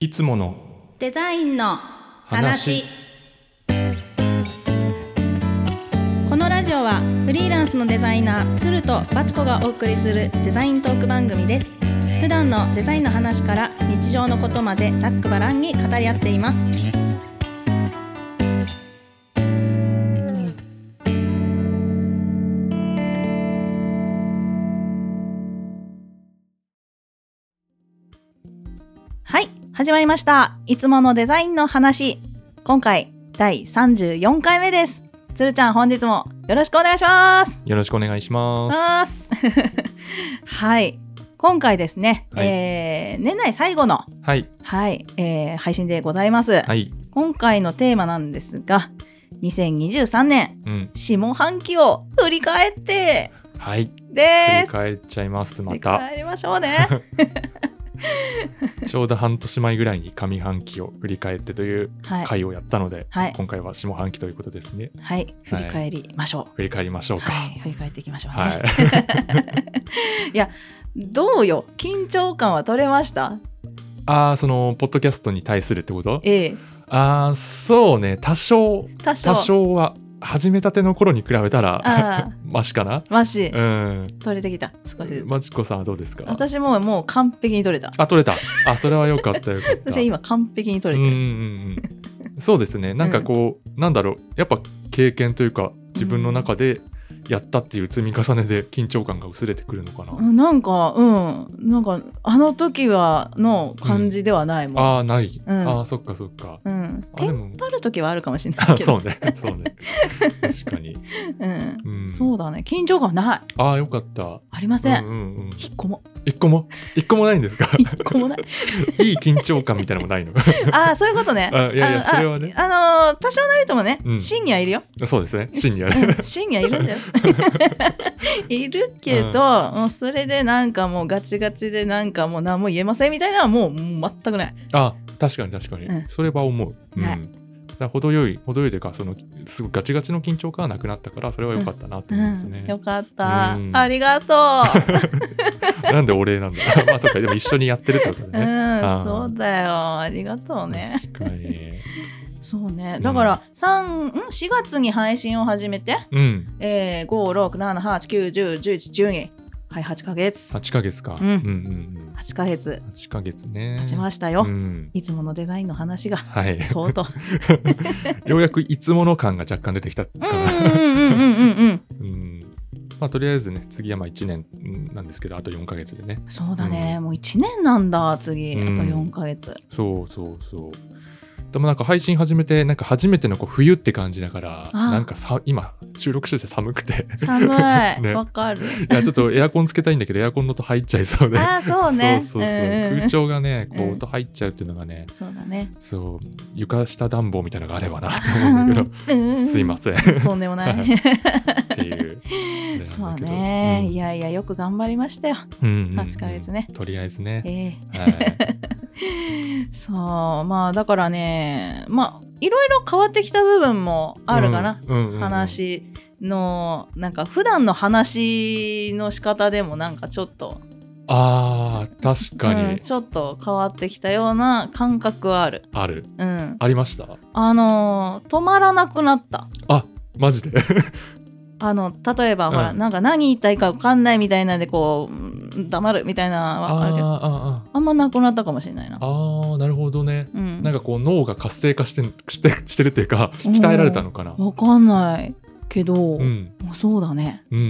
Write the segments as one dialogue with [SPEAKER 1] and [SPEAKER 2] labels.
[SPEAKER 1] いつもの
[SPEAKER 2] デザインの
[SPEAKER 1] 話
[SPEAKER 2] 話このラジオはフリーランスのデザイナー鶴とバチコがお送りするデザイントーク番組です普段のデザインの話から日常のことまでざっくばらんに語り合っていますはい始まりましたいつものデザインの話今回第34回目です鶴ちゃん本日もよろしくお願いします
[SPEAKER 1] よろしくお願いし
[SPEAKER 2] ま
[SPEAKER 1] ます
[SPEAKER 2] はい今回ですね、
[SPEAKER 1] はい
[SPEAKER 2] えー年内最後の、
[SPEAKER 1] はい
[SPEAKER 2] はいえー配信でございます、
[SPEAKER 1] はい
[SPEAKER 2] 今回のテーマなんですが2023年
[SPEAKER 1] うん
[SPEAKER 2] 下半期を振り返って
[SPEAKER 1] はい振
[SPEAKER 2] で
[SPEAKER 1] り
[SPEAKER 2] す
[SPEAKER 1] 返っちゃいますま
[SPEAKER 2] 振り
[SPEAKER 1] た
[SPEAKER 2] 返りましょ うね
[SPEAKER 1] ちょうど半年前ぐらいに上半期を振り返ってという
[SPEAKER 2] はい、
[SPEAKER 1] 回をやったので、
[SPEAKER 2] はい
[SPEAKER 1] 今回は下半期ということですね
[SPEAKER 2] はい、振り返りましょ
[SPEAKER 1] 振り返りましょ
[SPEAKER 2] う
[SPEAKER 1] うか
[SPEAKER 2] はい、振り返っていきましょうね、
[SPEAKER 1] はい、
[SPEAKER 2] どうよ緊張感は取れました
[SPEAKER 1] ああそのポッドキャストに対するってこと
[SPEAKER 2] ええ
[SPEAKER 1] ああそうね多少
[SPEAKER 2] 多少
[SPEAKER 1] 多少は始めたての頃に比べたら
[SPEAKER 2] ああ
[SPEAKER 1] マシかな
[SPEAKER 2] マジ
[SPEAKER 1] うん
[SPEAKER 2] 取れてきた少しずつ
[SPEAKER 1] マジコさんはどうですか
[SPEAKER 2] 私ももう完璧に取れた
[SPEAKER 1] あ取れたあそれはよかったよかった
[SPEAKER 2] 私今完璧に取れ
[SPEAKER 1] うん
[SPEAKER 2] て
[SPEAKER 1] う
[SPEAKER 2] る、
[SPEAKER 1] んうん、そうですねなんかこう、なんだろうやっぱ経験というか自分の中でやったっていう積み重ねで緊張感が薄れてくるのかな、
[SPEAKER 2] なんかうんなんかあの時はの感じではないもん、
[SPEAKER 1] ああない、
[SPEAKER 2] うん
[SPEAKER 1] ああそっかそっか
[SPEAKER 2] うん
[SPEAKER 1] あ
[SPEAKER 2] テ
[SPEAKER 1] で
[SPEAKER 2] ン
[SPEAKER 1] も
[SPEAKER 2] パる時はあるかもしれない
[SPEAKER 1] あ
[SPEAKER 2] け
[SPEAKER 1] そ
[SPEAKER 2] ど
[SPEAKER 1] うねそうね確かに、
[SPEAKER 2] うん
[SPEAKER 1] うん、
[SPEAKER 2] そうだね緊張感はない
[SPEAKER 1] ああよかった
[SPEAKER 2] ありません、
[SPEAKER 1] うんうんうん、
[SPEAKER 2] 一個も
[SPEAKER 1] 一個も一個もないんですか
[SPEAKER 2] 一個 もない
[SPEAKER 1] いい緊張感みたいなのもないの
[SPEAKER 2] ああそういうことね
[SPEAKER 1] あいやいや
[SPEAKER 2] あの
[SPEAKER 1] それはね
[SPEAKER 2] ああのー多少なりともね、
[SPEAKER 1] うん
[SPEAKER 2] 深夜いるよ
[SPEAKER 1] そうですねシニア
[SPEAKER 2] うん深夜いるんだよいるけど、もうそれでなんかもうガチガチでなんかもう何も言えませんみたいなのはもうもう全くない
[SPEAKER 1] あ確かに確かに、
[SPEAKER 2] うん
[SPEAKER 1] それは思う、うん
[SPEAKER 2] はい
[SPEAKER 1] だから程よい程よいというかそのすごいガチガチの緊張感はなくなったからそれは良かったなって
[SPEAKER 2] う
[SPEAKER 1] 思いますね、
[SPEAKER 2] ん、よかった、
[SPEAKER 1] うん
[SPEAKER 2] ありがとう、
[SPEAKER 1] なんでお礼なんだ まあそっかでも一緒にやってるってこと
[SPEAKER 2] う
[SPEAKER 1] ね、
[SPEAKER 2] ん、そうだよありがとうね
[SPEAKER 1] 確かに
[SPEAKER 2] そうね
[SPEAKER 1] ん
[SPEAKER 2] だから三ん4月に配信を始めて、
[SPEAKER 1] うん
[SPEAKER 2] えー、56789101112はい8ヶ月
[SPEAKER 1] 8ヶ月か、
[SPEAKER 2] うん
[SPEAKER 1] うんうん
[SPEAKER 2] 8ヶ月
[SPEAKER 1] うん8ヶ月ね
[SPEAKER 2] 経ちましたよ、
[SPEAKER 1] うん
[SPEAKER 2] いつものデザインの 話が
[SPEAKER 1] はい
[SPEAKER 2] とうとう
[SPEAKER 1] ようやくいつもの感が若干出てきたか
[SPEAKER 2] う
[SPEAKER 1] な、
[SPEAKER 2] んうんうんうんうんうん
[SPEAKER 1] うんまあとりあえずね次はまあ1年うんなんですけどあと4ヶ月でね
[SPEAKER 2] そうだね、
[SPEAKER 1] う
[SPEAKER 2] もう1年なんだ次あ
[SPEAKER 1] うん
[SPEAKER 2] と4ヶ月、
[SPEAKER 1] そうそうそうでもなんか配信始めてなんか初めてのこう冬って感じだから
[SPEAKER 2] あ
[SPEAKER 1] なんかさ今収録してて寒くて
[SPEAKER 2] 寒いわ、
[SPEAKER 1] ね
[SPEAKER 2] かる
[SPEAKER 1] いやちょっとエアコンつけたいんだけどエアコンの音入っちゃいそうで
[SPEAKER 2] ああそうね
[SPEAKER 1] そうそうそう、
[SPEAKER 2] んん
[SPEAKER 1] 空調がねこ
[SPEAKER 2] うん
[SPEAKER 1] う音入っちゃうっていうのがね、
[SPEAKER 2] そうだね
[SPEAKER 1] そう床下暖房みたいなのがあればなって思うん だけど、す
[SPEAKER 2] す
[SPEAKER 1] いませんっ
[SPEAKER 2] せんとんでもない
[SPEAKER 1] ていうあれなんだけど
[SPEAKER 2] そうね、
[SPEAKER 1] うん
[SPEAKER 2] いやいやよく頑張り ましたよ
[SPEAKER 1] うんうんうん
[SPEAKER 2] 8ヶ月ね
[SPEAKER 1] とりあえずね、
[SPEAKER 2] ええ
[SPEAKER 1] はい
[SPEAKER 2] そうまあだからねまあいろいろ変わってきた部分もあるかな、、
[SPEAKER 1] うんうんうんうん
[SPEAKER 2] 話のなんか普段の話の仕方でもなんかちょっと、
[SPEAKER 1] あー確か
[SPEAKER 2] うん
[SPEAKER 1] に
[SPEAKER 2] ちょっと変わってきたような感覚はある
[SPEAKER 1] ある、
[SPEAKER 2] うん
[SPEAKER 1] ありました
[SPEAKER 2] あのー止まらなくなった
[SPEAKER 1] あマジで
[SPEAKER 2] あの例えば、ほら
[SPEAKER 1] うん
[SPEAKER 2] なんか何言いたいか分かんないみたいなんでこううん黙るみたいなの
[SPEAKER 1] あ
[SPEAKER 2] は あるけどあ
[SPEAKER 1] あーあー
[SPEAKER 2] んまなくなったかもしれないな
[SPEAKER 1] あーなるほどね
[SPEAKER 2] うん、
[SPEAKER 1] なんかこう脳が活性化してしてしてるっていうか
[SPEAKER 2] うん
[SPEAKER 1] 鍛えられたのかな
[SPEAKER 2] 分かんないけど、
[SPEAKER 1] うん
[SPEAKER 2] まあそうだね
[SPEAKER 1] うん
[SPEAKER 2] う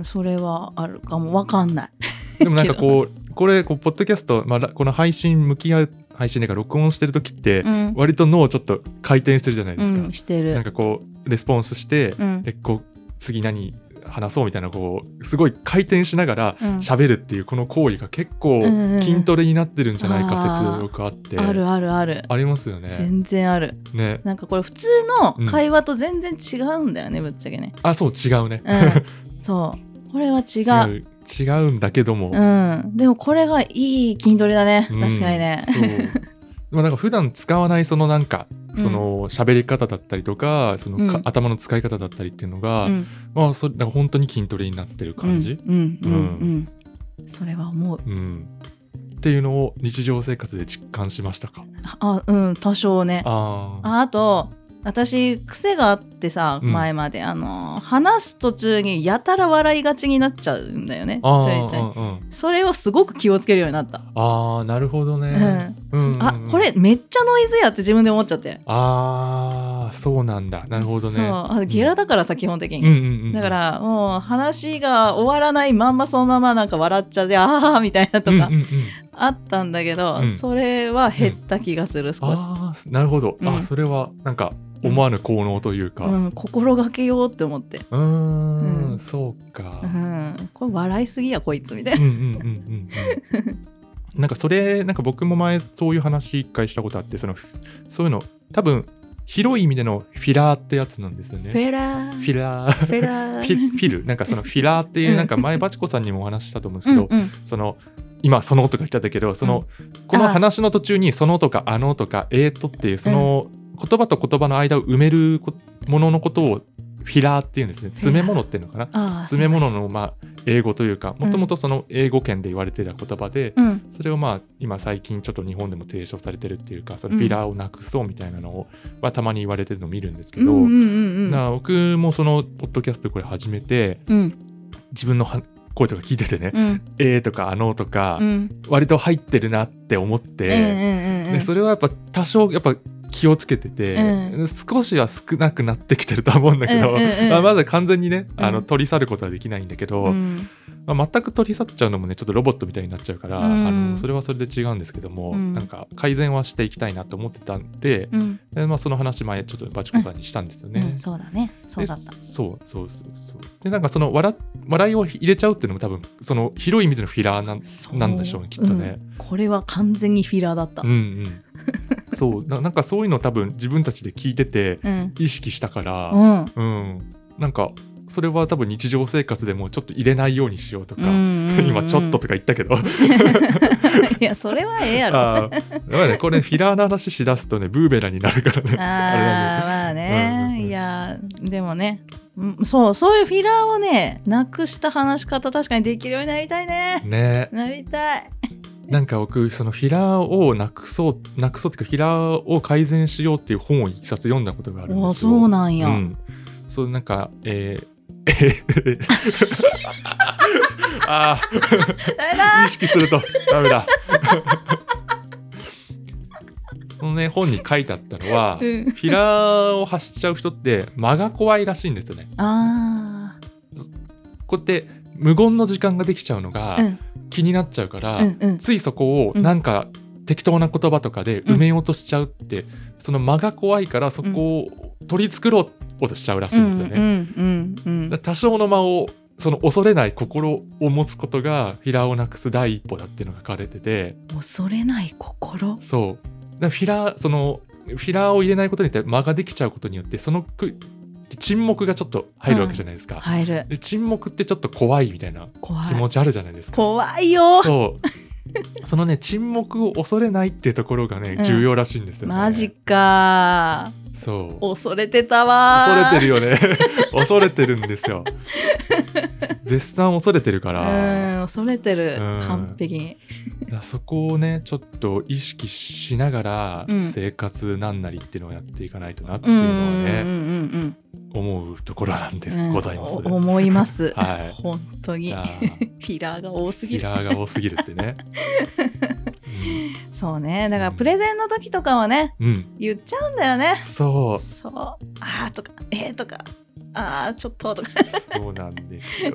[SPEAKER 2] んそれはあるかも分かんない
[SPEAKER 1] でもなんかこうこれこうポッドキャスト、まあ、らこの配信向き合う配信だから録音してる時って
[SPEAKER 2] うん、
[SPEAKER 1] 割と脳ちょっと回転してるじゃないですか、
[SPEAKER 2] うん、して
[SPEAKER 1] なんか
[SPEAKER 2] る
[SPEAKER 1] こうレスポンスして、
[SPEAKER 2] うん
[SPEAKER 1] でこう次何話そうみたいなこうすごい回転しながら
[SPEAKER 2] うん
[SPEAKER 1] 喋るっていうこの行為が結構
[SPEAKER 2] うんうんうん
[SPEAKER 1] 筋トレになってるんじゃないか説
[SPEAKER 2] あー
[SPEAKER 1] よくあって
[SPEAKER 2] あるあるある
[SPEAKER 1] ありますよね。
[SPEAKER 2] 全然ある
[SPEAKER 1] ね
[SPEAKER 2] なんかこれ普通の会話と全然違うんだよね、ぶっちゃけね
[SPEAKER 1] あそう違うね。
[SPEAKER 2] うんそうこれは違う
[SPEAKER 1] 違う違うんだけども、
[SPEAKER 2] うん、でもこれがいい筋トレだね、
[SPEAKER 1] うん
[SPEAKER 2] 確かにね。
[SPEAKER 1] そうで もなんか普段使わないそのなんか
[SPEAKER 2] ん
[SPEAKER 1] その喋り方だったりとかそのか、
[SPEAKER 2] うん
[SPEAKER 1] 頭の使い方だったりっていうのが、
[SPEAKER 2] うん
[SPEAKER 1] まあそれなんか本当に筋トレになってる感じ、
[SPEAKER 2] うんうんうん
[SPEAKER 1] う
[SPEAKER 2] うんそれは思う。
[SPEAKER 1] うんっていうのを日常生活で実感しましたか
[SPEAKER 2] あうん多少ね
[SPEAKER 1] ああ
[SPEAKER 2] ああと私癖があってさ
[SPEAKER 1] うん
[SPEAKER 2] 前まで、あの話す途中にやたら笑いがちになっちゃうんだよねち
[SPEAKER 1] あ
[SPEAKER 2] ょいちょい
[SPEAKER 1] ーうんうん
[SPEAKER 2] それをすごく気をつけるようになった、
[SPEAKER 1] あーなるほどね、
[SPEAKER 2] うん
[SPEAKER 1] うんうんうん
[SPEAKER 2] あこれめっちゃノイズやって自分で思っちゃって
[SPEAKER 1] ああそうなんだなるほどね
[SPEAKER 2] そうあゲラだからさ、基本的
[SPEAKER 1] う
[SPEAKER 2] に、
[SPEAKER 1] んうんうん
[SPEAKER 2] だからもう話が終わらないまんまそのままなんか笑っちゃってああみたいなとか
[SPEAKER 1] うんうんうん
[SPEAKER 2] あったんだけど、
[SPEAKER 1] うん
[SPEAKER 2] それは減った気がする少し、
[SPEAKER 1] ああなるほど、
[SPEAKER 2] う
[SPEAKER 1] あ
[SPEAKER 2] ん
[SPEAKER 1] それはなんか思わぬ効能というか
[SPEAKER 2] う、
[SPEAKER 1] うん
[SPEAKER 2] 心がけようって思って、
[SPEAKER 1] ーん
[SPEAKER 2] うん
[SPEAKER 1] そうか
[SPEAKER 2] う、ん、これ笑いすぎやこいつみたい
[SPEAKER 1] うん
[SPEAKER 2] な、
[SPEAKER 1] うんうんうんうんなんかそれなんか僕も前そういう話一回したことあってそのそういうの多分広い意味でのフィラーってやつなんですよ
[SPEAKER 2] フ
[SPEAKER 1] ね
[SPEAKER 2] ェラー
[SPEAKER 1] フィラー
[SPEAKER 2] フェラー
[SPEAKER 1] フィフィルなんかそのフィラーってい
[SPEAKER 2] うん
[SPEAKER 1] うなんか前バチコさんにもお話ししたと思うんですけど、
[SPEAKER 2] うんうん
[SPEAKER 1] その今その音が言っちゃったけどその、この
[SPEAKER 2] あー
[SPEAKER 1] 話の途中にそのとかあのとかえーとっていうその言葉と言葉の間を埋めるこもののことをフィラーっていうんですね詰め物っていうのかな
[SPEAKER 2] ああ
[SPEAKER 1] 詰め物のまあ英語というかもともとその英語圏で言われてた言葉で、
[SPEAKER 2] うん
[SPEAKER 1] それをまあ今最近ちょっと日本でも提唱されてるっていうかその
[SPEAKER 2] うん
[SPEAKER 1] フィラーをなくそうみたいなのを、まあ、たまに言われてるのを見るんですけ
[SPEAKER 2] うん
[SPEAKER 1] ど、
[SPEAKER 2] うんうんうん
[SPEAKER 1] な僕もそのポッドキャストこれ始めて
[SPEAKER 2] うん
[SPEAKER 1] 自分のは声とか聞いててね
[SPEAKER 2] うんうん
[SPEAKER 1] 「えー」とか「あの」とか、
[SPEAKER 2] うん
[SPEAKER 1] 割と入ってるなって思って、
[SPEAKER 2] うんうん
[SPEAKER 1] でそれはやっぱ多少やっぱ気をつけてて、
[SPEAKER 2] う
[SPEAKER 1] 少しは少なくなってきてるとは思うんだけど、
[SPEAKER 2] うんうんうん
[SPEAKER 1] まあ、まだ完全にねあ
[SPEAKER 2] う
[SPEAKER 1] の
[SPEAKER 2] ん
[SPEAKER 1] 取り去ることはできないんだけど、
[SPEAKER 2] うん
[SPEAKER 1] まあ、全く取り去っちゃうのもねちょっとロボットみたいになっちゃうから、
[SPEAKER 2] うん
[SPEAKER 1] あのそれはそれで違うんですけども、
[SPEAKER 2] うん
[SPEAKER 1] なんか改善はしていきたいなと思ってたんで,、
[SPEAKER 2] うん
[SPEAKER 1] でまあ、その話前ちょっとバチコさんにしたんですよね。
[SPEAKER 2] うんそうだねそうだった
[SPEAKER 1] でそうそうそうそうでなんかその笑笑いを入れちゃうっていうのも多分その広い意味でのフィラーなん
[SPEAKER 2] そう
[SPEAKER 1] なんでしょうねきっとね
[SPEAKER 2] うんこれは完全にフィラーだった
[SPEAKER 1] うんうん、そうななんかそういうの多分自分たちで聞いてて
[SPEAKER 2] うん
[SPEAKER 1] 意識したから、
[SPEAKER 2] うん
[SPEAKER 1] うんなんかそれは多分日常生活でもちょっと入れないようにしようとか、
[SPEAKER 2] うんうんうん
[SPEAKER 1] 今ちょっととか言ったけどあ
[SPEAKER 2] いやそれはええやろあ
[SPEAKER 1] ーやばいねこれフィラーの話しだすとねブーベランになるからね
[SPEAKER 2] ー
[SPEAKER 1] あう
[SPEAKER 2] まあ
[SPEAKER 1] んうん
[SPEAKER 2] ね
[SPEAKER 1] うん
[SPEAKER 2] いやでもねうんそうそういうフィラーをねなくした話し方確かにできるようになりたい
[SPEAKER 1] れ
[SPEAKER 2] ね
[SPEAKER 1] なんだよね
[SPEAKER 2] なりたい
[SPEAKER 1] なんか僕そのフィラーをなくそうなくそうっていうかフィラーを改善しようっていう本を一冊読んだことがあるん
[SPEAKER 2] お
[SPEAKER 1] ですよ
[SPEAKER 2] そうなんや
[SPEAKER 1] うん、そうなんかえ ーあー
[SPEAKER 2] ダメだ
[SPEAKER 1] 意識するとダメだ。そのね本に書いてあったのは、
[SPEAKER 2] うん
[SPEAKER 1] フィラーを発しちゃう人って間が怖いらしいんですよね。
[SPEAKER 2] あ
[SPEAKER 1] こうやって無言の時間ができちゃうのが
[SPEAKER 2] ーうん
[SPEAKER 1] 気になっちゃうから、
[SPEAKER 2] うんうん
[SPEAKER 1] ついそこをなんか適当な言葉とかで埋めようとしちゃうって、その間が怖いからそこを取り繕おうとしちゃうらしいんですよね。
[SPEAKER 2] うんうんうんうん
[SPEAKER 1] だから多少の間をその恐れない心を持つことがフィラーをなくす第一歩だっていうのが書かれてて。
[SPEAKER 2] 恐れない心
[SPEAKER 1] そうだからフィラーそのフィラーを入れないことによって間ができちゃうことによってそのく沈黙がちょっと入るわけじゃないですか、
[SPEAKER 2] 入る
[SPEAKER 1] で沈黙ってちょっと怖いみたいな
[SPEAKER 2] 怖
[SPEAKER 1] 気持
[SPEAKER 2] い
[SPEAKER 1] ちあるじゃないですか、
[SPEAKER 2] 怖いよ
[SPEAKER 1] そう そのね沈黙を恐れないっていうところがね
[SPEAKER 2] うん
[SPEAKER 1] 重要らしいんですよね、
[SPEAKER 2] マジか
[SPEAKER 1] そう
[SPEAKER 2] 恐れてたわー
[SPEAKER 1] 恐れてるよね 恐れてるんですよ絶賛恐れてるから、
[SPEAKER 2] うん恐れてる
[SPEAKER 1] うん
[SPEAKER 2] 完璧に
[SPEAKER 1] だからそこをねちょっと意識しながら
[SPEAKER 2] うん
[SPEAKER 1] 生活なんなりっていうのをやっていかないとなって
[SPEAKER 2] う
[SPEAKER 1] い
[SPEAKER 2] ん
[SPEAKER 1] う
[SPEAKER 2] う
[SPEAKER 1] の
[SPEAKER 2] ん
[SPEAKER 1] はね、
[SPEAKER 2] うんうん
[SPEAKER 1] 思うところなんで
[SPEAKER 2] うん
[SPEAKER 1] ございます。
[SPEAKER 2] お思います。
[SPEAKER 1] はい
[SPEAKER 2] 本当に。
[SPEAKER 1] あ
[SPEAKER 2] フ
[SPEAKER 1] ー
[SPEAKER 2] ィラーが多す
[SPEAKER 1] フ
[SPEAKER 2] ぎ
[SPEAKER 1] ィ
[SPEAKER 2] る。
[SPEAKER 1] ラーが多すぎるって ね。
[SPEAKER 2] そうね。だからプレゼンの時とかはね、
[SPEAKER 1] うん、うん
[SPEAKER 2] 言っちゃうんだよね。
[SPEAKER 1] そ
[SPEAKER 2] そう。あーとか、えーとか、あーちょっととか。
[SPEAKER 1] う、そうなんですよ。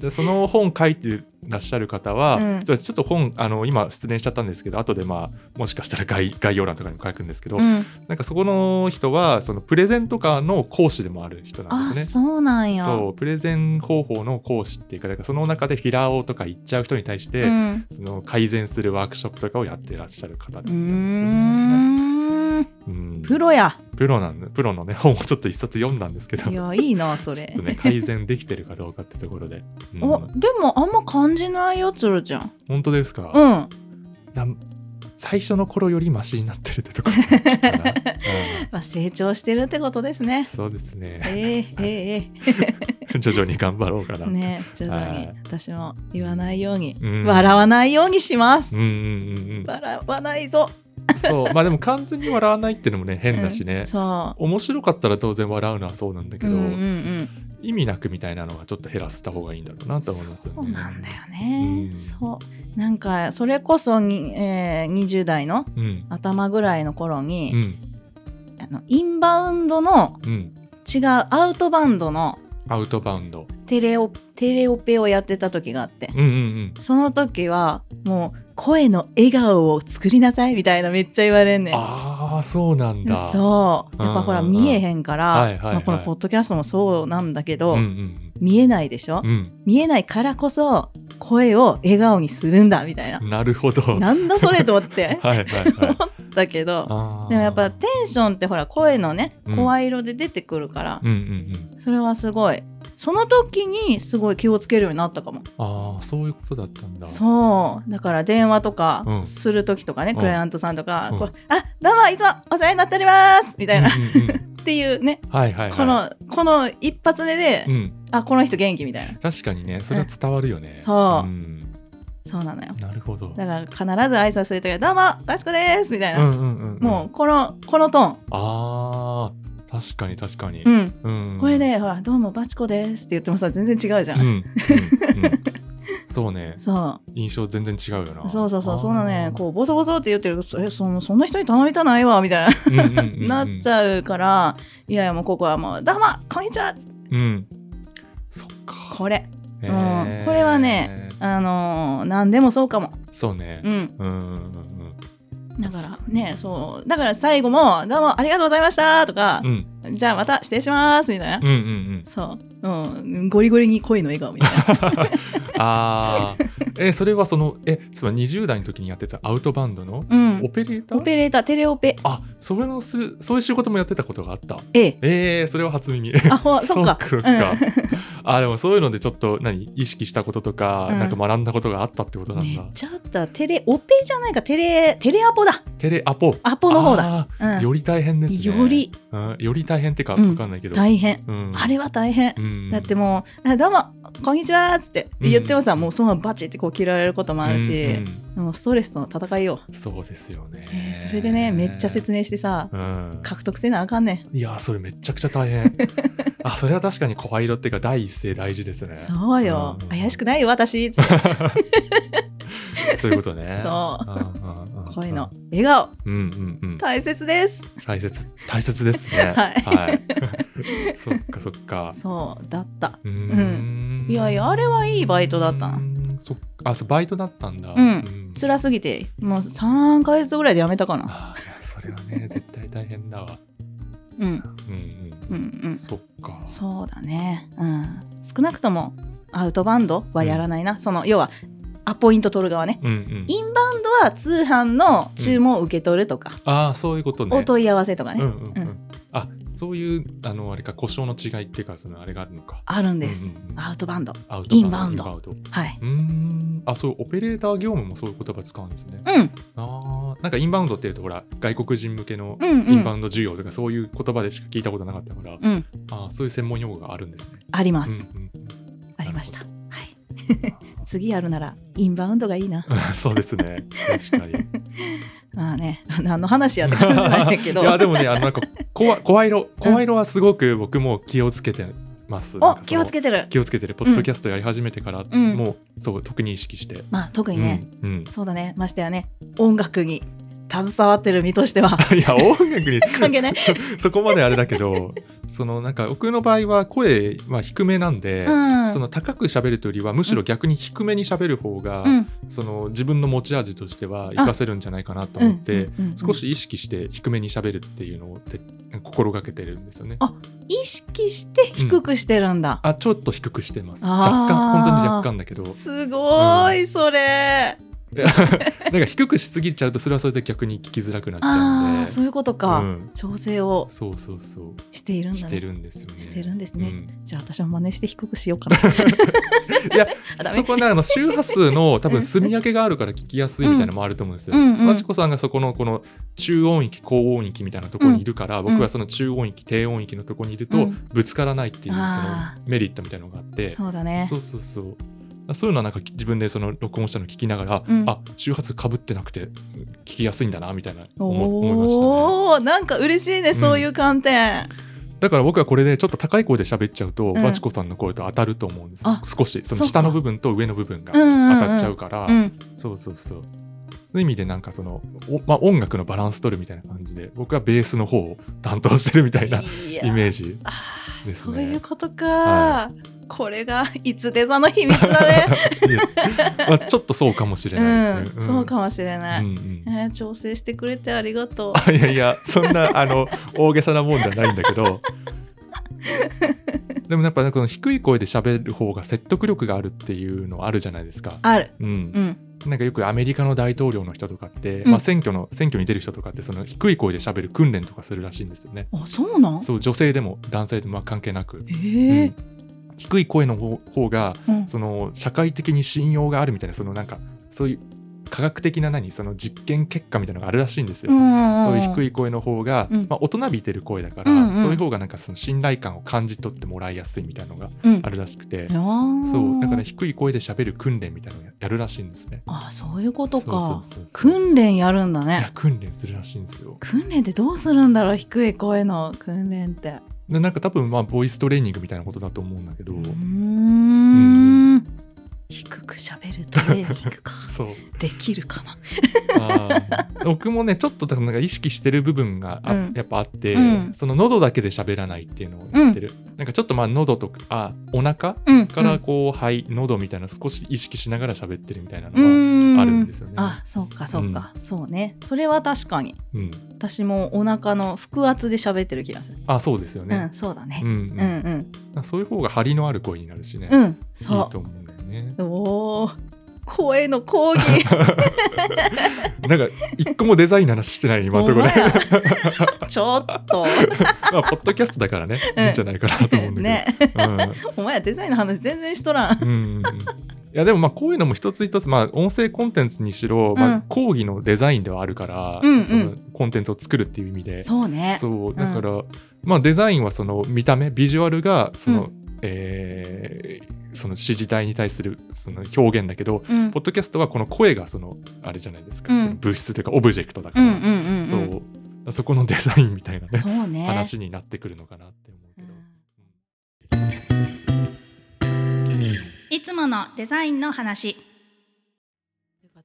[SPEAKER 1] で、その本書いてらっしゃる方は、
[SPEAKER 2] うん
[SPEAKER 1] ちょちょっと本、あの、今失念しちゃったんですけど、後で、まあ、もしかしたら概概要欄とかにも書くんですけど、
[SPEAKER 2] うん、
[SPEAKER 1] なんかそこの人は、そのプレゼントカーの講師でもある人なん
[SPEAKER 2] あ
[SPEAKER 1] ですね。
[SPEAKER 2] そうなんや。
[SPEAKER 1] そう、プレゼン方法の講師っていうか、だからその中でフィラーをとか言っちゃう人に対して、
[SPEAKER 2] うん。
[SPEAKER 1] その改善するワークショップとかをやってらっしゃる方
[SPEAKER 2] うー
[SPEAKER 1] なんですよね。
[SPEAKER 2] ん
[SPEAKER 1] うん
[SPEAKER 2] プロや。
[SPEAKER 1] プロなんだプロのね本をちょっと一冊読んだんですけど
[SPEAKER 2] い
[SPEAKER 1] ちょ
[SPEAKER 2] や、いいな、それ
[SPEAKER 1] っと。ね改善できてるかどうかってところで、うん
[SPEAKER 2] おでもあんま感じないよつるちゃん
[SPEAKER 1] 本当ですか、
[SPEAKER 2] うん
[SPEAKER 1] なん最初の頃よりマシになってるって ところかな、うん
[SPEAKER 2] まあ成長してるってことですね
[SPEAKER 1] そうですね
[SPEAKER 2] ええええええ
[SPEAKER 1] 徐々に頑張ろうかな。
[SPEAKER 2] ね徐々に、
[SPEAKER 1] はい
[SPEAKER 2] 私も言わないように、
[SPEAKER 1] うん
[SPEAKER 2] 笑わないようにします、
[SPEAKER 1] うんうんうん
[SPEAKER 2] 笑わないぞ
[SPEAKER 1] うん、そうまあでも完全に笑わないっていうのもね変だしね、
[SPEAKER 2] そ
[SPEAKER 1] 面白かったら当然笑うのはそうなんだ
[SPEAKER 2] う
[SPEAKER 1] け
[SPEAKER 2] うん
[SPEAKER 1] ど、
[SPEAKER 2] うんうん
[SPEAKER 1] 意味なくみたいなのはちょっと減らせた方がいいんだろうなと思いますよね。
[SPEAKER 2] そうなんだよね、
[SPEAKER 1] うん
[SPEAKER 2] そうなんかそれこそに、えー、20代の
[SPEAKER 1] うん
[SPEAKER 2] 頭ぐらいの頃
[SPEAKER 1] う
[SPEAKER 2] に、
[SPEAKER 1] ん
[SPEAKER 2] あのインバウンドの
[SPEAKER 1] うん
[SPEAKER 2] 違うアウトバウンドの
[SPEAKER 1] アウトバウンド。
[SPEAKER 2] テレオテレオペをやってた時があって
[SPEAKER 1] うんうん
[SPEAKER 2] その時はもう声の笑顔を作りなさいみたいなめっちゃ言われん
[SPEAKER 1] う
[SPEAKER 2] ね
[SPEAKER 1] ん。
[SPEAKER 2] ん。
[SPEAKER 1] ああそうなんだ。
[SPEAKER 2] そうやっぱほら
[SPEAKER 1] うんうんうん
[SPEAKER 2] 見えへんから、
[SPEAKER 1] はいはいはい
[SPEAKER 2] まあ、このポッドキャストもそうなんだけど、
[SPEAKER 1] うん
[SPEAKER 2] 見えないでしょ、
[SPEAKER 1] うんうん。
[SPEAKER 2] 見えないからこそ声を笑顔にするんだみたい な、
[SPEAKER 1] なるほど。はい
[SPEAKER 2] なんだそれと思っ て
[SPEAKER 1] はいはい。
[SPEAKER 2] だけど
[SPEAKER 1] あー
[SPEAKER 2] でもやっぱテンションってほら声のね
[SPEAKER 1] うん
[SPEAKER 2] 声色で出てくるから
[SPEAKER 1] う、んうんうん。
[SPEAKER 2] それはすごいその時にすごい気をつけるようになったかも
[SPEAKER 1] ああそういうことだったんだ。
[SPEAKER 2] そうだから電話と
[SPEAKER 1] う
[SPEAKER 2] か
[SPEAKER 1] ん
[SPEAKER 2] する時とかね、
[SPEAKER 1] うん
[SPEAKER 2] クライアントさんとか、
[SPEAKER 1] うん
[SPEAKER 2] こうあどうもいつもお世話になっておりますみたいな、
[SPEAKER 1] うんうんうん
[SPEAKER 2] っていうね
[SPEAKER 1] はいはいはい。
[SPEAKER 2] このこの一発目で、
[SPEAKER 1] うん
[SPEAKER 2] あこの人元気みたいな
[SPEAKER 1] 確かにねそれは伝わるよね。
[SPEAKER 2] そうんそうなのよ
[SPEAKER 1] なるほど。
[SPEAKER 2] だから必ず挨拶するときは「どうも大子です」みたいな、
[SPEAKER 1] うんうんうんうん。
[SPEAKER 2] もうこのこのトーン、
[SPEAKER 1] ああ確かに確かに。
[SPEAKER 2] うん、
[SPEAKER 1] うんうん
[SPEAKER 2] これで「ほらどうもバチコです」って言ってもさ全然違うじゃ
[SPEAKER 1] うん
[SPEAKER 2] ん、
[SPEAKER 1] うんうんそうね
[SPEAKER 2] そ
[SPEAKER 1] 印象全然違うよな
[SPEAKER 2] うそうそうそうそんなね
[SPEAKER 1] う
[SPEAKER 2] こうボソボソって言ってるとえそのそんな人に頼みたないわみたい ななっち
[SPEAKER 1] ゃ
[SPEAKER 2] ゃうからいやいやもうここはもう「どうもこんにちは
[SPEAKER 1] うん、うん、そっか」
[SPEAKER 2] これ
[SPEAKER 1] れ
[SPEAKER 2] うんこれはねあのー何でもそうかも
[SPEAKER 1] そうね
[SPEAKER 2] うん
[SPEAKER 1] うんうんうん
[SPEAKER 2] だからねそうだから最後も「どうもありがとうございました」とか
[SPEAKER 1] うん
[SPEAKER 2] 「じゃあまた失礼します」みたいな、
[SPEAKER 1] うんうんうん
[SPEAKER 2] そう、うん、ゴリゴリに恋の笑顔みたいな。
[SPEAKER 1] あーえそれはそのえその20代の時にやってたアウトバンドの
[SPEAKER 2] うん
[SPEAKER 1] オ、ペレーター、
[SPEAKER 2] オペレーター、テレオペ。
[SPEAKER 1] あそれのすそういう仕事もやってたことがあった
[SPEAKER 2] ええ、
[SPEAKER 1] えー、それは初耳
[SPEAKER 2] あ、ほそっか。
[SPEAKER 1] そっか。あでもそういうのでちょっと何意識したこととか、
[SPEAKER 2] うん
[SPEAKER 1] なんか学んだことがあったってこと
[SPEAKER 2] うん
[SPEAKER 1] なん
[SPEAKER 2] め
[SPEAKER 1] だ
[SPEAKER 2] っ。ちゃあった。テレオペじゃないか、テレ、テレアポだ。
[SPEAKER 1] テレアポ。
[SPEAKER 2] アポの方だ。
[SPEAKER 1] あ
[SPEAKER 2] う
[SPEAKER 1] ー
[SPEAKER 2] ん、
[SPEAKER 1] より大変ですね。
[SPEAKER 2] より
[SPEAKER 1] うん、より大変ってか
[SPEAKER 2] うん
[SPEAKER 1] 分かんないけど。
[SPEAKER 2] 大変。
[SPEAKER 1] うん
[SPEAKER 2] あれは大変。
[SPEAKER 1] うん
[SPEAKER 2] だってもう、あどうも、こんにちはっつって
[SPEAKER 1] うん
[SPEAKER 2] 言ってもさ、もうそのままバチってこう切られることもあるし、
[SPEAKER 1] うん
[SPEAKER 2] もうストレスとの戦いよ。
[SPEAKER 1] うんそうですよね、
[SPEAKER 2] えーそれでね、めっちゃ説明してさ、
[SPEAKER 1] うん、
[SPEAKER 2] 獲得せなあかんね
[SPEAKER 1] いやーそれめちゃくちゃ大 変あそれは確かに声色っていうか第一声大事ですね
[SPEAKER 2] ん。そうよ、
[SPEAKER 1] うん
[SPEAKER 2] 怪しくないよ、私。つって
[SPEAKER 1] そういうことね
[SPEAKER 2] そう
[SPEAKER 1] うんうんうんうん
[SPEAKER 2] う、声の笑顔、
[SPEAKER 1] うんうんうん
[SPEAKER 2] 大切です。
[SPEAKER 1] 大切大切ですね
[SPEAKER 2] はい
[SPEAKER 1] はい、 そっかそっか
[SPEAKER 2] そうだった
[SPEAKER 1] うーん
[SPEAKER 2] いやいやあれはいいバイトだったな
[SPEAKER 1] うーんそっあそうバイトだったんだ
[SPEAKER 2] うん
[SPEAKER 1] ん
[SPEAKER 2] 辛すぎてもう3ヶ月ぐらいで辞めたかな
[SPEAKER 1] あーいやそれはね絶対大変だわ
[SPEAKER 2] うん
[SPEAKER 1] うん
[SPEAKER 2] う
[SPEAKER 1] うん、
[SPEAKER 2] んうん
[SPEAKER 1] そっか
[SPEAKER 2] そうだねうん少なくともアウトバンドはやらないな、その要はアポイント取る側ね
[SPEAKER 1] うんうん
[SPEAKER 2] インバウンドは通販の注文を受け取るとか、
[SPEAKER 1] ああそういうことね
[SPEAKER 2] お問い合わせとかね、
[SPEAKER 1] うんうんうん
[SPEAKER 2] う
[SPEAKER 1] あそういうあのあれか故障の違いっていうかそのあれがあるのか
[SPEAKER 2] あるんです、
[SPEAKER 1] うんうんうん
[SPEAKER 2] アウトバンド
[SPEAKER 1] アウ
[SPEAKER 2] インバウンド
[SPEAKER 1] インバウンドう
[SPEAKER 2] はい
[SPEAKER 1] ーんあそうオペレーター業務もそういう言葉使うんですね
[SPEAKER 2] うん
[SPEAKER 1] あーなんかインバウンドっていうとほら外国人向けの
[SPEAKER 2] うんう
[SPEAKER 1] インバ
[SPEAKER 2] ん
[SPEAKER 1] ウンド需要とかそういう言葉でしか聞いたことなかったから、
[SPEAKER 2] うん
[SPEAKER 1] あーそういう専門用語があるんですね。
[SPEAKER 2] ありま
[SPEAKER 1] うん
[SPEAKER 2] す、
[SPEAKER 1] うんうん
[SPEAKER 2] ありましたはい
[SPEAKER 1] あ
[SPEAKER 2] 次やるならインバウンドがいいな
[SPEAKER 1] ーそうですね。確か に。
[SPEAKER 2] まあね 何の話やった感じなんやけ ど
[SPEAKER 1] いやでもねあのなんかこわ声色声色はすごく僕も気をつけてます。な
[SPEAKER 2] お
[SPEAKER 1] んかその
[SPEAKER 2] 気をつけてる
[SPEAKER 1] 気をつけてるポッドキャストやり始めてから、
[SPEAKER 2] ん
[SPEAKER 1] もうそう特に意識して。
[SPEAKER 2] まあ特にね、
[SPEAKER 1] うんうん
[SPEAKER 2] そうだねましてやね音楽に携わってる身としては
[SPEAKER 1] いや音楽 に
[SPEAKER 2] 関係ない
[SPEAKER 1] そこまであれだけどそのなんか僕の場合は声は低めなんで、
[SPEAKER 2] うん
[SPEAKER 1] その高く喋るというよりはむしろ逆に低めに喋る方が、
[SPEAKER 2] うん
[SPEAKER 1] その自分の持ち味としては活かせるんじゃないかなと思って、
[SPEAKER 2] うんうんうん
[SPEAKER 1] 少し意識して低めに喋るっていうのをて心がけてるんですよね
[SPEAKER 2] あ。意識して低くしてるんだ、
[SPEAKER 1] あちょっと低くしてます
[SPEAKER 2] あー
[SPEAKER 1] 若干本当に若干だけど
[SPEAKER 2] すごーいそれ、
[SPEAKER 1] なんか低くしすぎちゃうとそれはそれで逆に聞きづらくなっちゃうん
[SPEAKER 2] あ
[SPEAKER 1] で
[SPEAKER 2] あそういうことか、
[SPEAKER 1] うん
[SPEAKER 2] 調整を
[SPEAKER 1] そうそうそ
[SPEAKER 2] しているん
[SPEAKER 1] う
[SPEAKER 2] だ、ね、
[SPEAKER 1] してるんですよね
[SPEAKER 2] してるんですね
[SPEAKER 1] うん
[SPEAKER 2] じゃあ私も真似して低くしようかな
[SPEAKER 1] いや
[SPEAKER 2] あダメ
[SPEAKER 1] そこねあの周波数の多分住み分けがあるから聞きやすいみたいなのもあると 思うんですよ。
[SPEAKER 2] うんうんうん
[SPEAKER 1] マチコさんがそこのこの中音域高音域みたいなところにいるから、僕はその中音域低音域のところにいる
[SPEAKER 2] う
[SPEAKER 1] と
[SPEAKER 2] ん
[SPEAKER 1] ぶつからないっていうその
[SPEAKER 2] あ
[SPEAKER 1] メリットみたいなのがあって
[SPEAKER 2] そうだね
[SPEAKER 1] そうそうそうそういうのはなんか自分でその録音したの聞きながら、
[SPEAKER 2] うん
[SPEAKER 1] あ周波数かぶってなくて聞きやすいんだなみたいな思思いましたね。
[SPEAKER 2] おお、なんか嬉しいね、そういう観点。
[SPEAKER 1] だから僕はこれでちょっと高い声で喋っちゃうと、
[SPEAKER 2] うん
[SPEAKER 1] マチコさんの声と当たると思うんです
[SPEAKER 2] あ
[SPEAKER 1] 少しそ
[SPEAKER 2] そ
[SPEAKER 1] の
[SPEAKER 2] っか
[SPEAKER 1] 下の部分と上の部分が
[SPEAKER 2] う
[SPEAKER 1] 当
[SPEAKER 2] んうんうん
[SPEAKER 1] たっちゃうから。
[SPEAKER 2] うん、
[SPEAKER 1] そうそうそう。そういう意味でなんかその、おまあ、音楽のバランス取るみたいな感じで僕はベースの方を担当してるみたいなイ
[SPEAKER 2] い
[SPEAKER 1] メージ。
[SPEAKER 2] あー
[SPEAKER 1] ですね
[SPEAKER 2] そういうことか、
[SPEAKER 1] は
[SPEAKER 2] これがいつデザの秘密だね
[SPEAKER 1] いやまあ、ちょっとそうかもしれ
[SPEAKER 2] う
[SPEAKER 1] ない
[SPEAKER 2] ん
[SPEAKER 1] ってい、
[SPEAKER 2] そうか
[SPEAKER 1] も
[SPEAKER 2] もしれない、
[SPEAKER 1] うんうん
[SPEAKER 2] えー調整してくれてありがとう
[SPEAKER 1] あいやいやそん なあの大げさなもんじゃないんだけどでもやっぱなんかその低い声で喋る方が説得力があるっていうのあるじゃないですか。
[SPEAKER 2] ある
[SPEAKER 1] うん
[SPEAKER 2] うん
[SPEAKER 1] なんかよくアメリカの大統領の人とかって、
[SPEAKER 2] うん
[SPEAKER 1] まあ、選挙の選挙に出る人とかってその低い声で喋る訓練とかするらしいんですよね。
[SPEAKER 2] あそうなん
[SPEAKER 1] そう女性でも男性でもまあ関係なく、
[SPEAKER 2] えー
[SPEAKER 1] うん低い声の方方が
[SPEAKER 2] うん
[SPEAKER 1] その社会的に信用があるみたいなそのなんかそういう科学的な何その実験結果みたいなのがあるらしいんですよ。
[SPEAKER 2] ん
[SPEAKER 1] そういう低
[SPEAKER 2] い
[SPEAKER 1] い声の方が、
[SPEAKER 2] うん
[SPEAKER 1] まあ、大人びてる声だから、
[SPEAKER 2] うんうん
[SPEAKER 1] そういう方がなんかその信頼感を感じ取ってもらいやすいみたいなのが
[SPEAKER 2] うん
[SPEAKER 1] あるらしくて、
[SPEAKER 2] いやー
[SPEAKER 1] そうだから低い声で喋る訓練みたいなのをやるらしいんですね。
[SPEAKER 2] あそういうことか
[SPEAKER 1] そうそうそうそう
[SPEAKER 2] 訓練やるんだ
[SPEAKER 1] いや
[SPEAKER 2] ね
[SPEAKER 1] 訓練するらしいんですよ。
[SPEAKER 2] 訓練ってどうするんだろう低い声の訓練って
[SPEAKER 1] でなんか多分まあボイストレーニングみたいなことだと思うんだけど、
[SPEAKER 2] うーん低く喋るト レーニングか
[SPEAKER 1] そう
[SPEAKER 2] できるかな
[SPEAKER 1] あ ー僕もねちょっとなんか意識してる部分があ
[SPEAKER 2] うん
[SPEAKER 1] やっぱあって、
[SPEAKER 2] うん
[SPEAKER 1] その喉だけで喋らないっていうのをやってる、なんかちょっとまあ喉とかあお腹
[SPEAKER 2] うん
[SPEAKER 1] からこう、肺喉みたいな少し意識しながら喋ってるみたいなの
[SPEAKER 2] う
[SPEAKER 1] が
[SPEAKER 2] ん
[SPEAKER 1] あるんですよね。
[SPEAKER 2] あそうかそうか、そうねそれは確かに
[SPEAKER 1] うん
[SPEAKER 2] 私もお腹の腹圧で喋ってる気がする、
[SPEAKER 1] あそうですよね
[SPEAKER 2] う。んそうだね
[SPEAKER 1] うん、うん
[SPEAKER 2] うんうん
[SPEAKER 1] なんかそういう方が張りのある声になるしね、
[SPEAKER 2] うん、
[SPEAKER 1] いい
[SPEAKER 2] そ
[SPEAKER 1] と思うんだよね。
[SPEAKER 2] うおお声の講義
[SPEAKER 1] なんか一個もデザインの話してない 今のところ、
[SPEAKER 2] ほんまやちょっと
[SPEAKER 1] まあポッドキャストだからね、
[SPEAKER 2] うん
[SPEAKER 1] いいんじゃないかなと思うんだけど。
[SPEAKER 2] ね
[SPEAKER 1] うん
[SPEAKER 2] お前デザインの話全然しとらん
[SPEAKER 1] うんうんうんいやでもまあこういうのも一つ一つまあ音声コンテンツにしろ、ま
[SPEAKER 2] うん
[SPEAKER 1] あ、講義のデザインではあるから、
[SPEAKER 2] うんうん
[SPEAKER 1] そのコンテンツを作るっていう意味で
[SPEAKER 2] そうね
[SPEAKER 1] そうだから、まあデザインはその見た目ビジュアルがその、
[SPEAKER 2] う
[SPEAKER 1] えーその指示体に対するその表現だけど
[SPEAKER 2] うん
[SPEAKER 1] ポッドキャストはこの声がそのあれじゃないですか、
[SPEAKER 2] うん
[SPEAKER 1] その物質というかオブジェクトだか
[SPEAKER 2] う
[SPEAKER 1] ら、
[SPEAKER 2] んうんうん、うん、
[SPEAKER 1] そうそこのデザインみたいなね
[SPEAKER 2] そうね
[SPEAKER 1] 話になってくるのかなって思うけど。
[SPEAKER 2] いつものデザインの話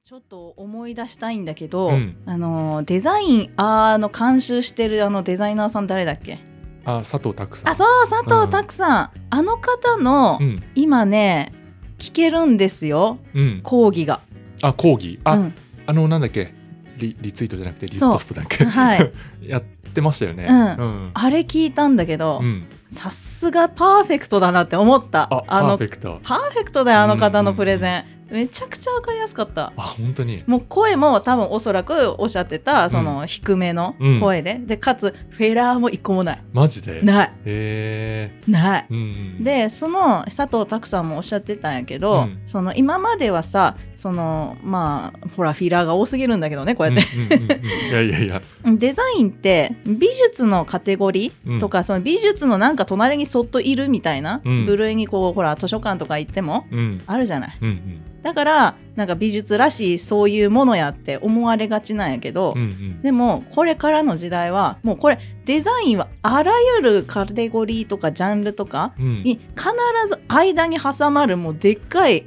[SPEAKER 2] ちょっと思い出したいんだけど、
[SPEAKER 1] うん
[SPEAKER 2] あのデザインあーの監修してるあのデザイナーさん誰だっけ
[SPEAKER 1] あ佐藤拓さん
[SPEAKER 2] あそう佐
[SPEAKER 1] う
[SPEAKER 2] 藤
[SPEAKER 1] ん
[SPEAKER 2] 拓さん、あの方の、
[SPEAKER 1] うん
[SPEAKER 2] 今ね聞けるんですよ
[SPEAKER 1] うん、
[SPEAKER 2] 講義が。
[SPEAKER 1] あ講義あ、
[SPEAKER 2] うん
[SPEAKER 1] あのなんだっけリリツイートじゃなくてリ
[SPEAKER 2] そう
[SPEAKER 1] ポストだっけ、
[SPEAKER 2] はい、
[SPEAKER 1] やってましたよね、
[SPEAKER 2] うん
[SPEAKER 1] うん
[SPEAKER 2] あれ聞いたんだけど、
[SPEAKER 1] うん
[SPEAKER 2] さすがパーフェクトだなって思った
[SPEAKER 1] あパー
[SPEAKER 2] の
[SPEAKER 1] フェクト
[SPEAKER 2] パーフェクトだよあの方のプレゼン、めちゃくちゃ分かりやすかった。
[SPEAKER 1] あ本当に
[SPEAKER 2] もう声も多分おそらくおっしゃってたその低めの声で、でかつフェラーも一個もない
[SPEAKER 1] マジで
[SPEAKER 2] ない
[SPEAKER 1] え
[SPEAKER 2] ない
[SPEAKER 1] ー、うん
[SPEAKER 2] でその佐藤拓さんもおっしゃってたんやけど、
[SPEAKER 1] うん
[SPEAKER 2] その今まではさそのまあほらフィラーが多すぎるんだけどねこうやって、
[SPEAKER 1] うんうんうんうんいやいやいや、
[SPEAKER 2] デザインって美術のカテゴリ
[SPEAKER 1] う
[SPEAKER 2] ー
[SPEAKER 1] ん
[SPEAKER 2] とか、その美術のなんか隣にそっといるみたいな
[SPEAKER 1] うん
[SPEAKER 2] 部類にこうほら図書館とか行っても
[SPEAKER 1] うん、うん
[SPEAKER 2] あるじゃない
[SPEAKER 1] うん
[SPEAKER 2] だからなんか美術らしいそういうものやって思われがちなんやけど、
[SPEAKER 1] うんうん
[SPEAKER 2] でもこれからの時代はもうこれデザインはあらゆるカテゴリーとかジャンルとか
[SPEAKER 1] うん
[SPEAKER 2] に必ず間に挟まるもうでっかい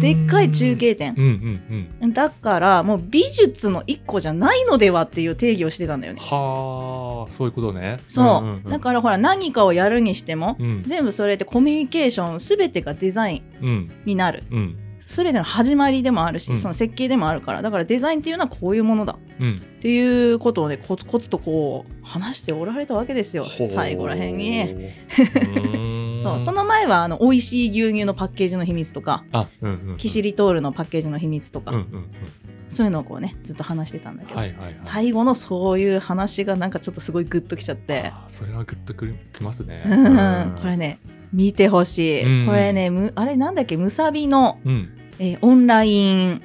[SPEAKER 2] でっかい中継
[SPEAKER 1] う
[SPEAKER 2] 点
[SPEAKER 1] んうん
[SPEAKER 2] だからもう美術の一個じゃないのではっていう定義をしてたんだよ
[SPEAKER 1] うん
[SPEAKER 2] ね。
[SPEAKER 1] はあそういうことね
[SPEAKER 2] そう、
[SPEAKER 1] んんん
[SPEAKER 2] だからほら何かをやるにしても、
[SPEAKER 1] うん
[SPEAKER 2] 全部それってコミュニケーション全てがデザイン
[SPEAKER 1] うん
[SPEAKER 2] になる
[SPEAKER 1] うん
[SPEAKER 2] 全ての始まりでもあるし、
[SPEAKER 1] うん
[SPEAKER 2] その設計でもあるからだからデザインっていうのはこういうものだ
[SPEAKER 1] うん
[SPEAKER 2] っていうことをねコツコツとこう話しておられたわけですよ
[SPEAKER 1] ほう
[SPEAKER 2] 最後らへんに。
[SPEAKER 1] うーん
[SPEAKER 2] そうその前はあの美味しい牛乳のパッケージの秘密とか
[SPEAKER 1] あうんうんうん
[SPEAKER 2] キシリトールのパッケージの秘密とか、
[SPEAKER 1] うんうん
[SPEAKER 2] そういうのをこうねずっと話してたんだけ
[SPEAKER 1] うん
[SPEAKER 2] ど、
[SPEAKER 1] はいはいはい
[SPEAKER 2] 最後のそういう話がなんかちょっとすごいグッときちゃって、
[SPEAKER 1] あーそれはグッとくるきますね
[SPEAKER 2] うん、 これ
[SPEAKER 1] ね
[SPEAKER 2] ね見てほしい、
[SPEAKER 1] うん
[SPEAKER 2] これねむあれなんだっけムサビの、
[SPEAKER 1] うん
[SPEAKER 2] えーオンライン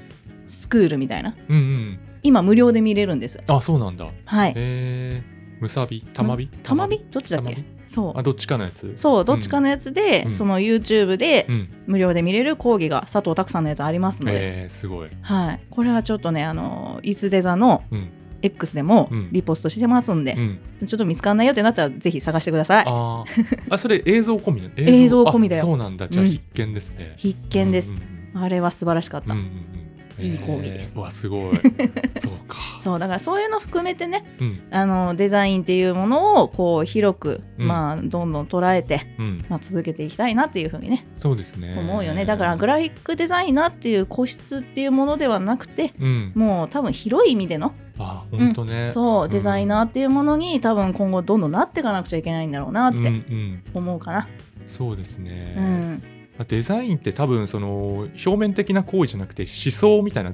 [SPEAKER 2] スクールみたいな
[SPEAKER 1] うんうん
[SPEAKER 2] 今無料で見れるんです
[SPEAKER 1] あそうなんだへ
[SPEAKER 2] はい
[SPEAKER 1] えむさびたまび
[SPEAKER 2] たまびどっちだっけそ
[SPEAKER 1] あどっちかのやつ
[SPEAKER 2] うそうどっちかのやつで、
[SPEAKER 1] うん
[SPEAKER 2] その YouTube で
[SPEAKER 1] うん
[SPEAKER 2] 無料で見れる講義が佐藤拓さんのやつありますので、
[SPEAKER 1] えー、すごい
[SPEAKER 2] はい、これはちょっとねあのいつデザの
[SPEAKER 1] うん
[SPEAKER 2] X でも
[SPEAKER 1] うん
[SPEAKER 2] リポストしてますんで
[SPEAKER 1] う、ん
[SPEAKER 2] ちょっと見つかんないよってなったらぜひ探してください
[SPEAKER 1] あーあそれ映像込みだ
[SPEAKER 2] 映像込みだよ
[SPEAKER 1] あそうなんだじゃあ
[SPEAKER 2] うん
[SPEAKER 1] 必見ですね、
[SPEAKER 2] 必見です
[SPEAKER 1] うん、うん
[SPEAKER 2] あれは素晴らしかっ
[SPEAKER 1] うん
[SPEAKER 2] た、
[SPEAKER 1] うんうん
[SPEAKER 2] いい講義です
[SPEAKER 1] えーうわす ごいそうか
[SPEAKER 2] そうだからそういうの含めてね
[SPEAKER 1] うん
[SPEAKER 2] あのデザインっていうものをこう広く、
[SPEAKER 1] うん
[SPEAKER 2] まあ、どんどん捉えて、
[SPEAKER 1] うん
[SPEAKER 2] まあ、続けていきたいなっていうふうにね
[SPEAKER 1] そうですね
[SPEAKER 2] 思うよねだからグラフィックデザイナーっていう個室っていうものではなくて
[SPEAKER 1] うん
[SPEAKER 2] もう多分広い意味での
[SPEAKER 1] あ本当ね、
[SPEAKER 2] そうデザイナ
[SPEAKER 1] ー
[SPEAKER 2] ーっていうものに多分今後どんどんなっていかなくちゃいけないんだろうなっ
[SPEAKER 1] うんう
[SPEAKER 2] て
[SPEAKER 1] ん
[SPEAKER 2] 思うかな。
[SPEAKER 1] そうですね、
[SPEAKER 2] うん
[SPEAKER 1] まあデザインって多分その表面的な行為じゃなくて思想みたいな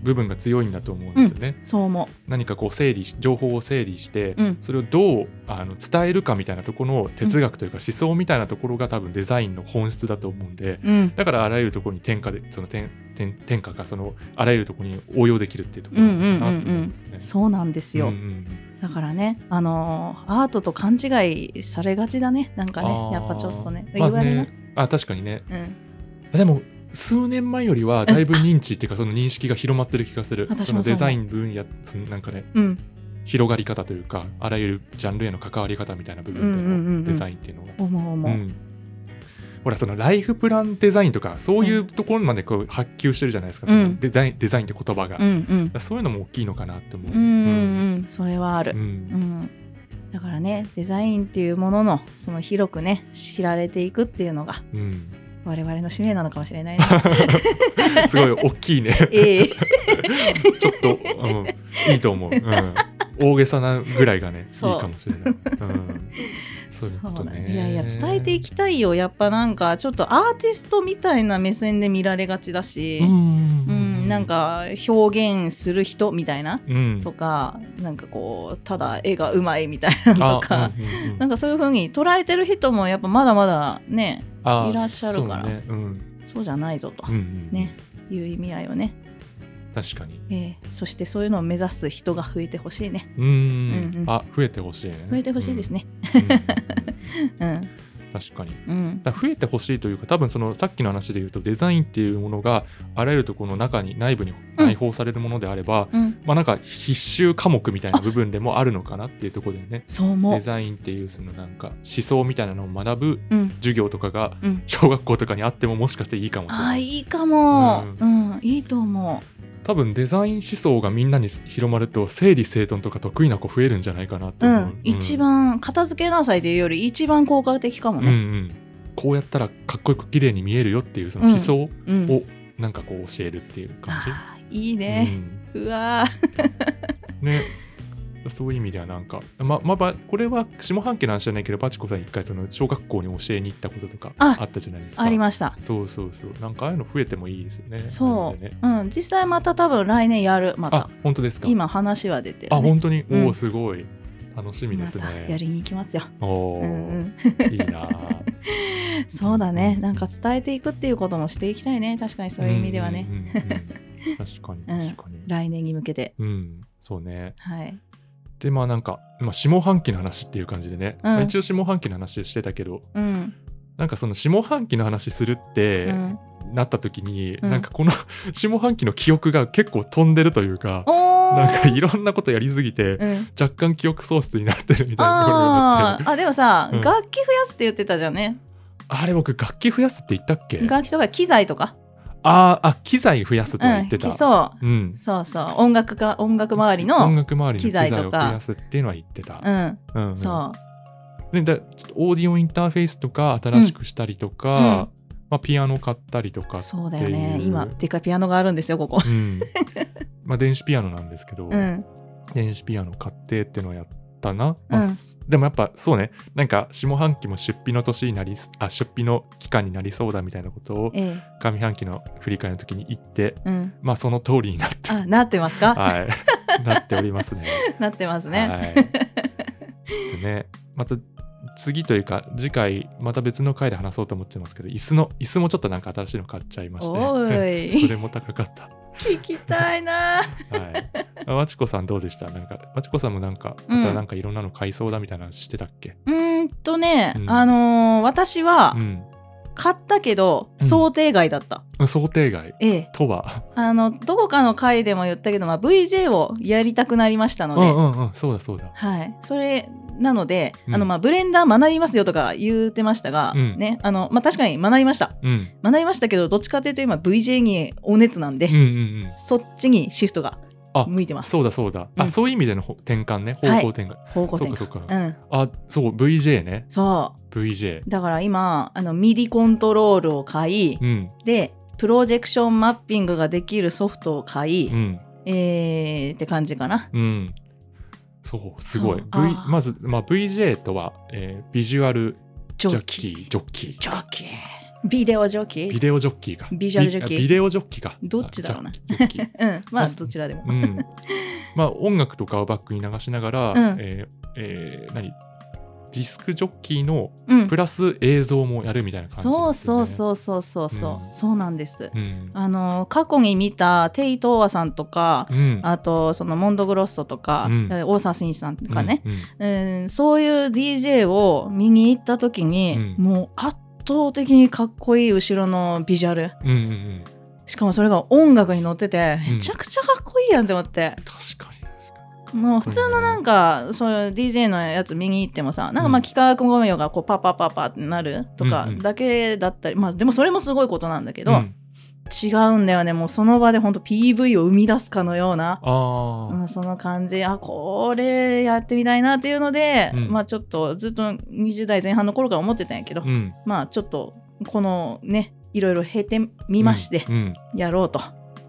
[SPEAKER 1] 部分が強いんだと思うんですよね、
[SPEAKER 2] そう思
[SPEAKER 1] 何かこう整理し情報を整理して、
[SPEAKER 2] うん
[SPEAKER 1] それをどうあの伝えるかみたいなところの哲学というか思想みたいなところが多分デザインの本質だと思うんで
[SPEAKER 2] う、うん
[SPEAKER 1] だからあらゆるところに転嫁でその転転転嫁がそのあらゆるところに応用できるっていうところなんだなと思うんですね。
[SPEAKER 2] そうなんです
[SPEAKER 1] う
[SPEAKER 2] よ、
[SPEAKER 1] んうん
[SPEAKER 2] だからねあのーアートと勘違いされがちだねなんか
[SPEAKER 1] あ
[SPEAKER 2] ね
[SPEAKER 1] ー
[SPEAKER 2] やっぱちょっとね
[SPEAKER 1] まあ
[SPEAKER 2] 言われな、
[SPEAKER 1] ねあ確かにね
[SPEAKER 2] うん
[SPEAKER 1] でも数年前より はだいぶ認知っていうかその認識が広まってる気がする
[SPEAKER 2] 私
[SPEAKER 1] そ
[SPEAKER 2] も
[SPEAKER 1] の
[SPEAKER 2] そ
[SPEAKER 1] デ
[SPEAKER 2] う思う
[SPEAKER 1] ザイン分野そのなんかね
[SPEAKER 2] うん
[SPEAKER 1] 広がり方というかあらゆるジャンルへの関わり方みたいな部
[SPEAKER 2] うんうんうんう
[SPEAKER 1] 分
[SPEAKER 2] ん
[SPEAKER 1] でのデザインっていうのが。
[SPEAKER 2] 思う思
[SPEAKER 1] う
[SPEAKER 2] う、
[SPEAKER 1] んほらそのライフプランデザインとかそういうところまでこう発及してるじゃないですか、そうの
[SPEAKER 2] ん
[SPEAKER 1] デザインデザインって言葉が、だ
[SPEAKER 2] う
[SPEAKER 1] か
[SPEAKER 2] んうん
[SPEAKER 1] らそういうのも大きいのかなって思う。
[SPEAKER 2] うんうんそれはある
[SPEAKER 1] う、ん
[SPEAKER 2] うんだからねデザインっていうもののその広くね知られていくっていうのが
[SPEAKER 1] うん
[SPEAKER 2] 我々の使命なのかもしれないね。
[SPEAKER 1] すごい大き いね。
[SPEAKER 2] ええ
[SPEAKER 1] ちょっと、うん、いいと思う、うん。大げさなぐらいがね、いい
[SPEAKER 2] そう
[SPEAKER 1] かもしれない。うん、そういうこと
[SPEAKER 2] だ
[SPEAKER 1] ね。
[SPEAKER 2] ねいやいや伝えていきたいよやっぱなんかちょっとアーティストみたいな目線で見られがちだし
[SPEAKER 1] う、ん、
[SPEAKER 2] うんなん、か表現する人みたいな
[SPEAKER 1] うん、
[SPEAKER 2] とかなんかこうただ絵がうまいみたいなのとか、
[SPEAKER 1] あ、うんうんうん
[SPEAKER 2] なんかそういう風に捉えてる人もやっぱまだまだね
[SPEAKER 1] あ
[SPEAKER 2] いらっしゃるから
[SPEAKER 1] そうね、うん、
[SPEAKER 2] そうじゃないぞと
[SPEAKER 1] うん、うん、
[SPEAKER 2] ね、いう意味合いをね、
[SPEAKER 1] 確かに。
[SPEAKER 2] えーそしてそういうのを目指す人が増えてほしいね
[SPEAKER 1] うん、
[SPEAKER 2] うんうん
[SPEAKER 1] あ、増えてほしいね。
[SPEAKER 2] 増えてほしいですね
[SPEAKER 1] うん。うんうん
[SPEAKER 2] うん
[SPEAKER 1] 確かに。
[SPEAKER 2] うん
[SPEAKER 1] だから増えてほしいというか多分そのさっきの話で言うとデザインっていうものがあらゆるところの中に内部に内包されるものであれば、
[SPEAKER 2] うん
[SPEAKER 1] まあなんか必修科目みたいな部分でもあるのかなっていうところでね
[SPEAKER 2] そう思
[SPEAKER 1] デ
[SPEAKER 2] う
[SPEAKER 1] ザインっていうそのなんか思想みたいなのを学ぶ
[SPEAKER 2] うん
[SPEAKER 1] 授業とかが
[SPEAKER 2] うん
[SPEAKER 1] 小学校とかにあってももしかしていいかもしれ
[SPEAKER 2] あ
[SPEAKER 1] な
[SPEAKER 2] ー
[SPEAKER 1] い
[SPEAKER 2] いいかも
[SPEAKER 1] う
[SPEAKER 2] うん、いいと思
[SPEAKER 1] 多分デザイン思想がみんなに広まると整理整頓とか得意な子増えるんじゃないかなって
[SPEAKER 2] うう
[SPEAKER 1] 思う、
[SPEAKER 2] ん一番片付けなさいというより一番効果的かも
[SPEAKER 1] うんう
[SPEAKER 2] ね
[SPEAKER 1] んこうやったらかっこよく綺麗に見えるよっていうその思想を
[SPEAKER 2] うん、
[SPEAKER 1] なんかこう教えるっていう感じ、
[SPEAKER 2] あーいいうね、
[SPEAKER 1] ん
[SPEAKER 2] うわー
[SPEAKER 1] ね、そういう意味ではなんか、ままあ、ばこれは下半期の話じゃないけどバチコさん一回その小学校に教えに行ったこととか
[SPEAKER 2] あ
[SPEAKER 1] あったじゃないですか。
[SPEAKER 2] ありました
[SPEAKER 1] そうそうそうなんかああいうの増えてもいいですよね。
[SPEAKER 2] そ
[SPEAKER 1] な
[SPEAKER 2] う、
[SPEAKER 1] のでね
[SPEAKER 2] うん実際また多分来年やるま
[SPEAKER 1] あ
[SPEAKER 2] た
[SPEAKER 1] 本当ですか。
[SPEAKER 2] 今話は出て
[SPEAKER 1] あ
[SPEAKER 2] る、ね、
[SPEAKER 1] 本当に、
[SPEAKER 2] うん
[SPEAKER 1] おおすごい楽しみです
[SPEAKER 2] またや
[SPEAKER 1] ね。
[SPEAKER 2] りに行きますよ、
[SPEAKER 1] おお
[SPEAKER 2] う
[SPEAKER 1] ー、
[SPEAKER 2] んうん、
[SPEAKER 1] いいなあ。
[SPEAKER 2] そうだね、なんか伝えていくっていうこともしていきたいね、確かに そういう意味ではね、
[SPEAKER 1] うんうんうんうん確かに
[SPEAKER 2] うん
[SPEAKER 1] 確かに。
[SPEAKER 2] 来年に向けて。
[SPEAKER 1] うん、そうね。
[SPEAKER 2] はい、
[SPEAKER 1] でまあなんか、まあ、下半期の話っていう感じでね、
[SPEAKER 2] うん
[SPEAKER 1] 一応下半期の話してたけど
[SPEAKER 2] うん、
[SPEAKER 1] なんかその下半期の話するって、
[SPEAKER 2] うん
[SPEAKER 1] なった時に、
[SPEAKER 2] うん
[SPEAKER 1] なんかこの 下半期の記憶が結構飛んでるというか、
[SPEAKER 2] おー
[SPEAKER 1] なんかいろんなことやりすぎて、
[SPEAKER 2] うん、
[SPEAKER 1] 若干記憶喪失になってるみたいなところがあ
[SPEAKER 2] あ
[SPEAKER 1] って
[SPEAKER 2] ーあでもさ、
[SPEAKER 1] うん
[SPEAKER 2] 楽器増やすって言ってたじゃんね
[SPEAKER 1] あれ僕楽器増やすって言ったっけ
[SPEAKER 2] 楽器とか機材とか、
[SPEAKER 1] あーあ機材増やすとは言ってた、
[SPEAKER 2] うん、そ
[SPEAKER 1] うん
[SPEAKER 2] うそうそう音楽か音楽周り
[SPEAKER 1] 音
[SPEAKER 2] の、
[SPEAKER 1] 楽周りの機材
[SPEAKER 2] 機材
[SPEAKER 1] を
[SPEAKER 2] と
[SPEAKER 1] 増
[SPEAKER 2] か
[SPEAKER 1] やすっていうのは言ってた
[SPEAKER 2] う、ん、
[SPEAKER 1] うんうん
[SPEAKER 2] そう
[SPEAKER 1] でだちょっとオーディオインターフェースとか新しくしたりとか、まあ、ピアノ買ったりとか
[SPEAKER 2] そうだよ
[SPEAKER 1] っ
[SPEAKER 2] ね
[SPEAKER 1] ていう
[SPEAKER 2] 今でっかいピアノがあるんですよこ こ。
[SPEAKER 1] うんまあ電子ピアノなんですけど、
[SPEAKER 2] うん
[SPEAKER 1] 電子ピアノ買ってっていうのをやっったな、まあ
[SPEAKER 2] うん
[SPEAKER 1] でもやっぱそうねなんか下半期も出費の年になりあ出費の期間になりそうだみたいなことを
[SPEAKER 2] ええ、
[SPEAKER 1] 上半期の振り返りの時に言って
[SPEAKER 2] うん。
[SPEAKER 1] まあその通りになって
[SPEAKER 2] あ、なってますか？
[SPEAKER 1] はい なっておりますね。
[SPEAKER 2] なってますね。
[SPEAKER 1] はい、ちょっとねまた次というか次回また別の回で話そうと思ってますけど椅子の椅子もちょっとなんか新しいの買っちゃいまして
[SPEAKER 2] お
[SPEAKER 1] そ
[SPEAKER 2] ーい、
[SPEAKER 1] れも高かった。
[SPEAKER 2] 聞きたいな。
[SPEAKER 1] はい。あわちこさんどうでしたなんか、わちこさんもなんか、
[SPEAKER 2] うん
[SPEAKER 1] またなんかいろんなの買いそうだみたいなのしてたっけ
[SPEAKER 2] うーんとね、
[SPEAKER 1] うん
[SPEAKER 2] あのー私は
[SPEAKER 1] うん。
[SPEAKER 2] 買ったけど
[SPEAKER 1] うん
[SPEAKER 2] 想定外だった。
[SPEAKER 1] 想定外
[SPEAKER 2] ええ、
[SPEAKER 1] とは。
[SPEAKER 2] あのどこかの回でも言ったけど、まあ VJ をやりたくなりました
[SPEAKER 1] う
[SPEAKER 2] の
[SPEAKER 1] ん
[SPEAKER 2] で、
[SPEAKER 1] うんうん、そうだそうだ。
[SPEAKER 2] はい、それなので、
[SPEAKER 1] うん
[SPEAKER 2] あのまあブレンダー学びますよとか言うてましたが、
[SPEAKER 1] うん
[SPEAKER 2] ね、あのまあ確かに学びました。
[SPEAKER 1] うん。
[SPEAKER 2] 学びましたけど、どっちかというと今 VJ にお熱なんで、
[SPEAKER 1] うんうんうん。
[SPEAKER 2] そっちにシフトが
[SPEAKER 1] あ
[SPEAKER 2] 向いてます。
[SPEAKER 1] そうだそうだ。
[SPEAKER 2] う
[SPEAKER 1] あ、
[SPEAKER 2] ん
[SPEAKER 1] そういう意味でのほ転換ね。方向転換。
[SPEAKER 2] 方向
[SPEAKER 1] そう
[SPEAKER 2] 転
[SPEAKER 1] かそ
[SPEAKER 2] 換。
[SPEAKER 1] うか。
[SPEAKER 2] うん、
[SPEAKER 1] あ、そう、VJ ね。
[SPEAKER 2] そ
[SPEAKER 1] VJ
[SPEAKER 2] う。だから今あのミディコントロールを買い、
[SPEAKER 1] うん。
[SPEAKER 2] でプロジェクションマッピングができるソフトを買い、
[SPEAKER 1] うん。
[SPEAKER 2] えー、って感じかな。
[SPEAKER 1] うん。そう、すごい。
[SPEAKER 2] そう
[SPEAKER 1] v
[SPEAKER 2] あー
[SPEAKER 1] まず、まあ、VJ とは、えービジュアル
[SPEAKER 2] ジ
[SPEAKER 1] ジ
[SPEAKER 2] ョ
[SPEAKER 1] ョッ
[SPEAKER 2] ッキ
[SPEAKER 1] キ
[SPEAKER 2] ー。
[SPEAKER 1] ー。ジョッキー。
[SPEAKER 2] ジョッキー。ビデオジョッキ
[SPEAKER 1] ビ
[SPEAKER 2] ー。
[SPEAKER 1] デオジョッキーか。
[SPEAKER 2] ビジュアルジョッキー
[SPEAKER 1] ビビデオジョッキーか。
[SPEAKER 2] どっちだろうな
[SPEAKER 1] あジョッキー。
[SPEAKER 2] うん、まあ
[SPEAKER 1] あ
[SPEAKER 2] どちらでも。
[SPEAKER 1] うん、 まあ音楽とかをバックに流しながら、
[SPEAKER 2] うん
[SPEAKER 1] えーえー何ディスクジョッキーの
[SPEAKER 2] うん
[SPEAKER 1] プラス映像もやるみたいな感じなん
[SPEAKER 2] そう
[SPEAKER 1] ですよ
[SPEAKER 2] そ
[SPEAKER 1] ね
[SPEAKER 2] うそうそうそうそう、
[SPEAKER 1] うん
[SPEAKER 2] そうなんです。
[SPEAKER 1] うん。
[SPEAKER 2] あの過去に見たテイ・トーワさんとか、
[SPEAKER 1] うん。
[SPEAKER 2] あとそのモンドグロッソとか、
[SPEAKER 1] うん
[SPEAKER 2] えー大沢慎一さんとかね、
[SPEAKER 1] うん。うん
[SPEAKER 2] うん、そういう DJ を見に行った時に、
[SPEAKER 1] うん
[SPEAKER 2] もう圧倒的にかっこいい後ろのビジュアル
[SPEAKER 1] うんうんうん。
[SPEAKER 2] しかもそれが音楽に乗ってて
[SPEAKER 1] うん
[SPEAKER 2] めちゃくちゃかっこいいやんって思って、
[SPEAKER 1] 確かに確か
[SPEAKER 2] もう普通のなんか、そういう DJ のやつ見に行ってもさなんかまあ
[SPEAKER 1] うん
[SPEAKER 2] 幾何学模様がこうパッパッパッパってなるとか
[SPEAKER 1] うんうん
[SPEAKER 2] だけだったり、まあでもそれもすごいことなんだけ
[SPEAKER 1] に。
[SPEAKER 2] ど、
[SPEAKER 1] うん
[SPEAKER 2] 違うんだよねもうその場で本当 PV を生み出すかのような。
[SPEAKER 1] ああ、
[SPEAKER 2] うん、その感じあこれやってみたいなっていうので、
[SPEAKER 1] うん
[SPEAKER 2] まあちょっとずっと20代前半の頃から思ってたんやけど、
[SPEAKER 1] うん。
[SPEAKER 2] まあちょっとこのねいろいろ経てみまして
[SPEAKER 1] うん。うん
[SPEAKER 2] やろうと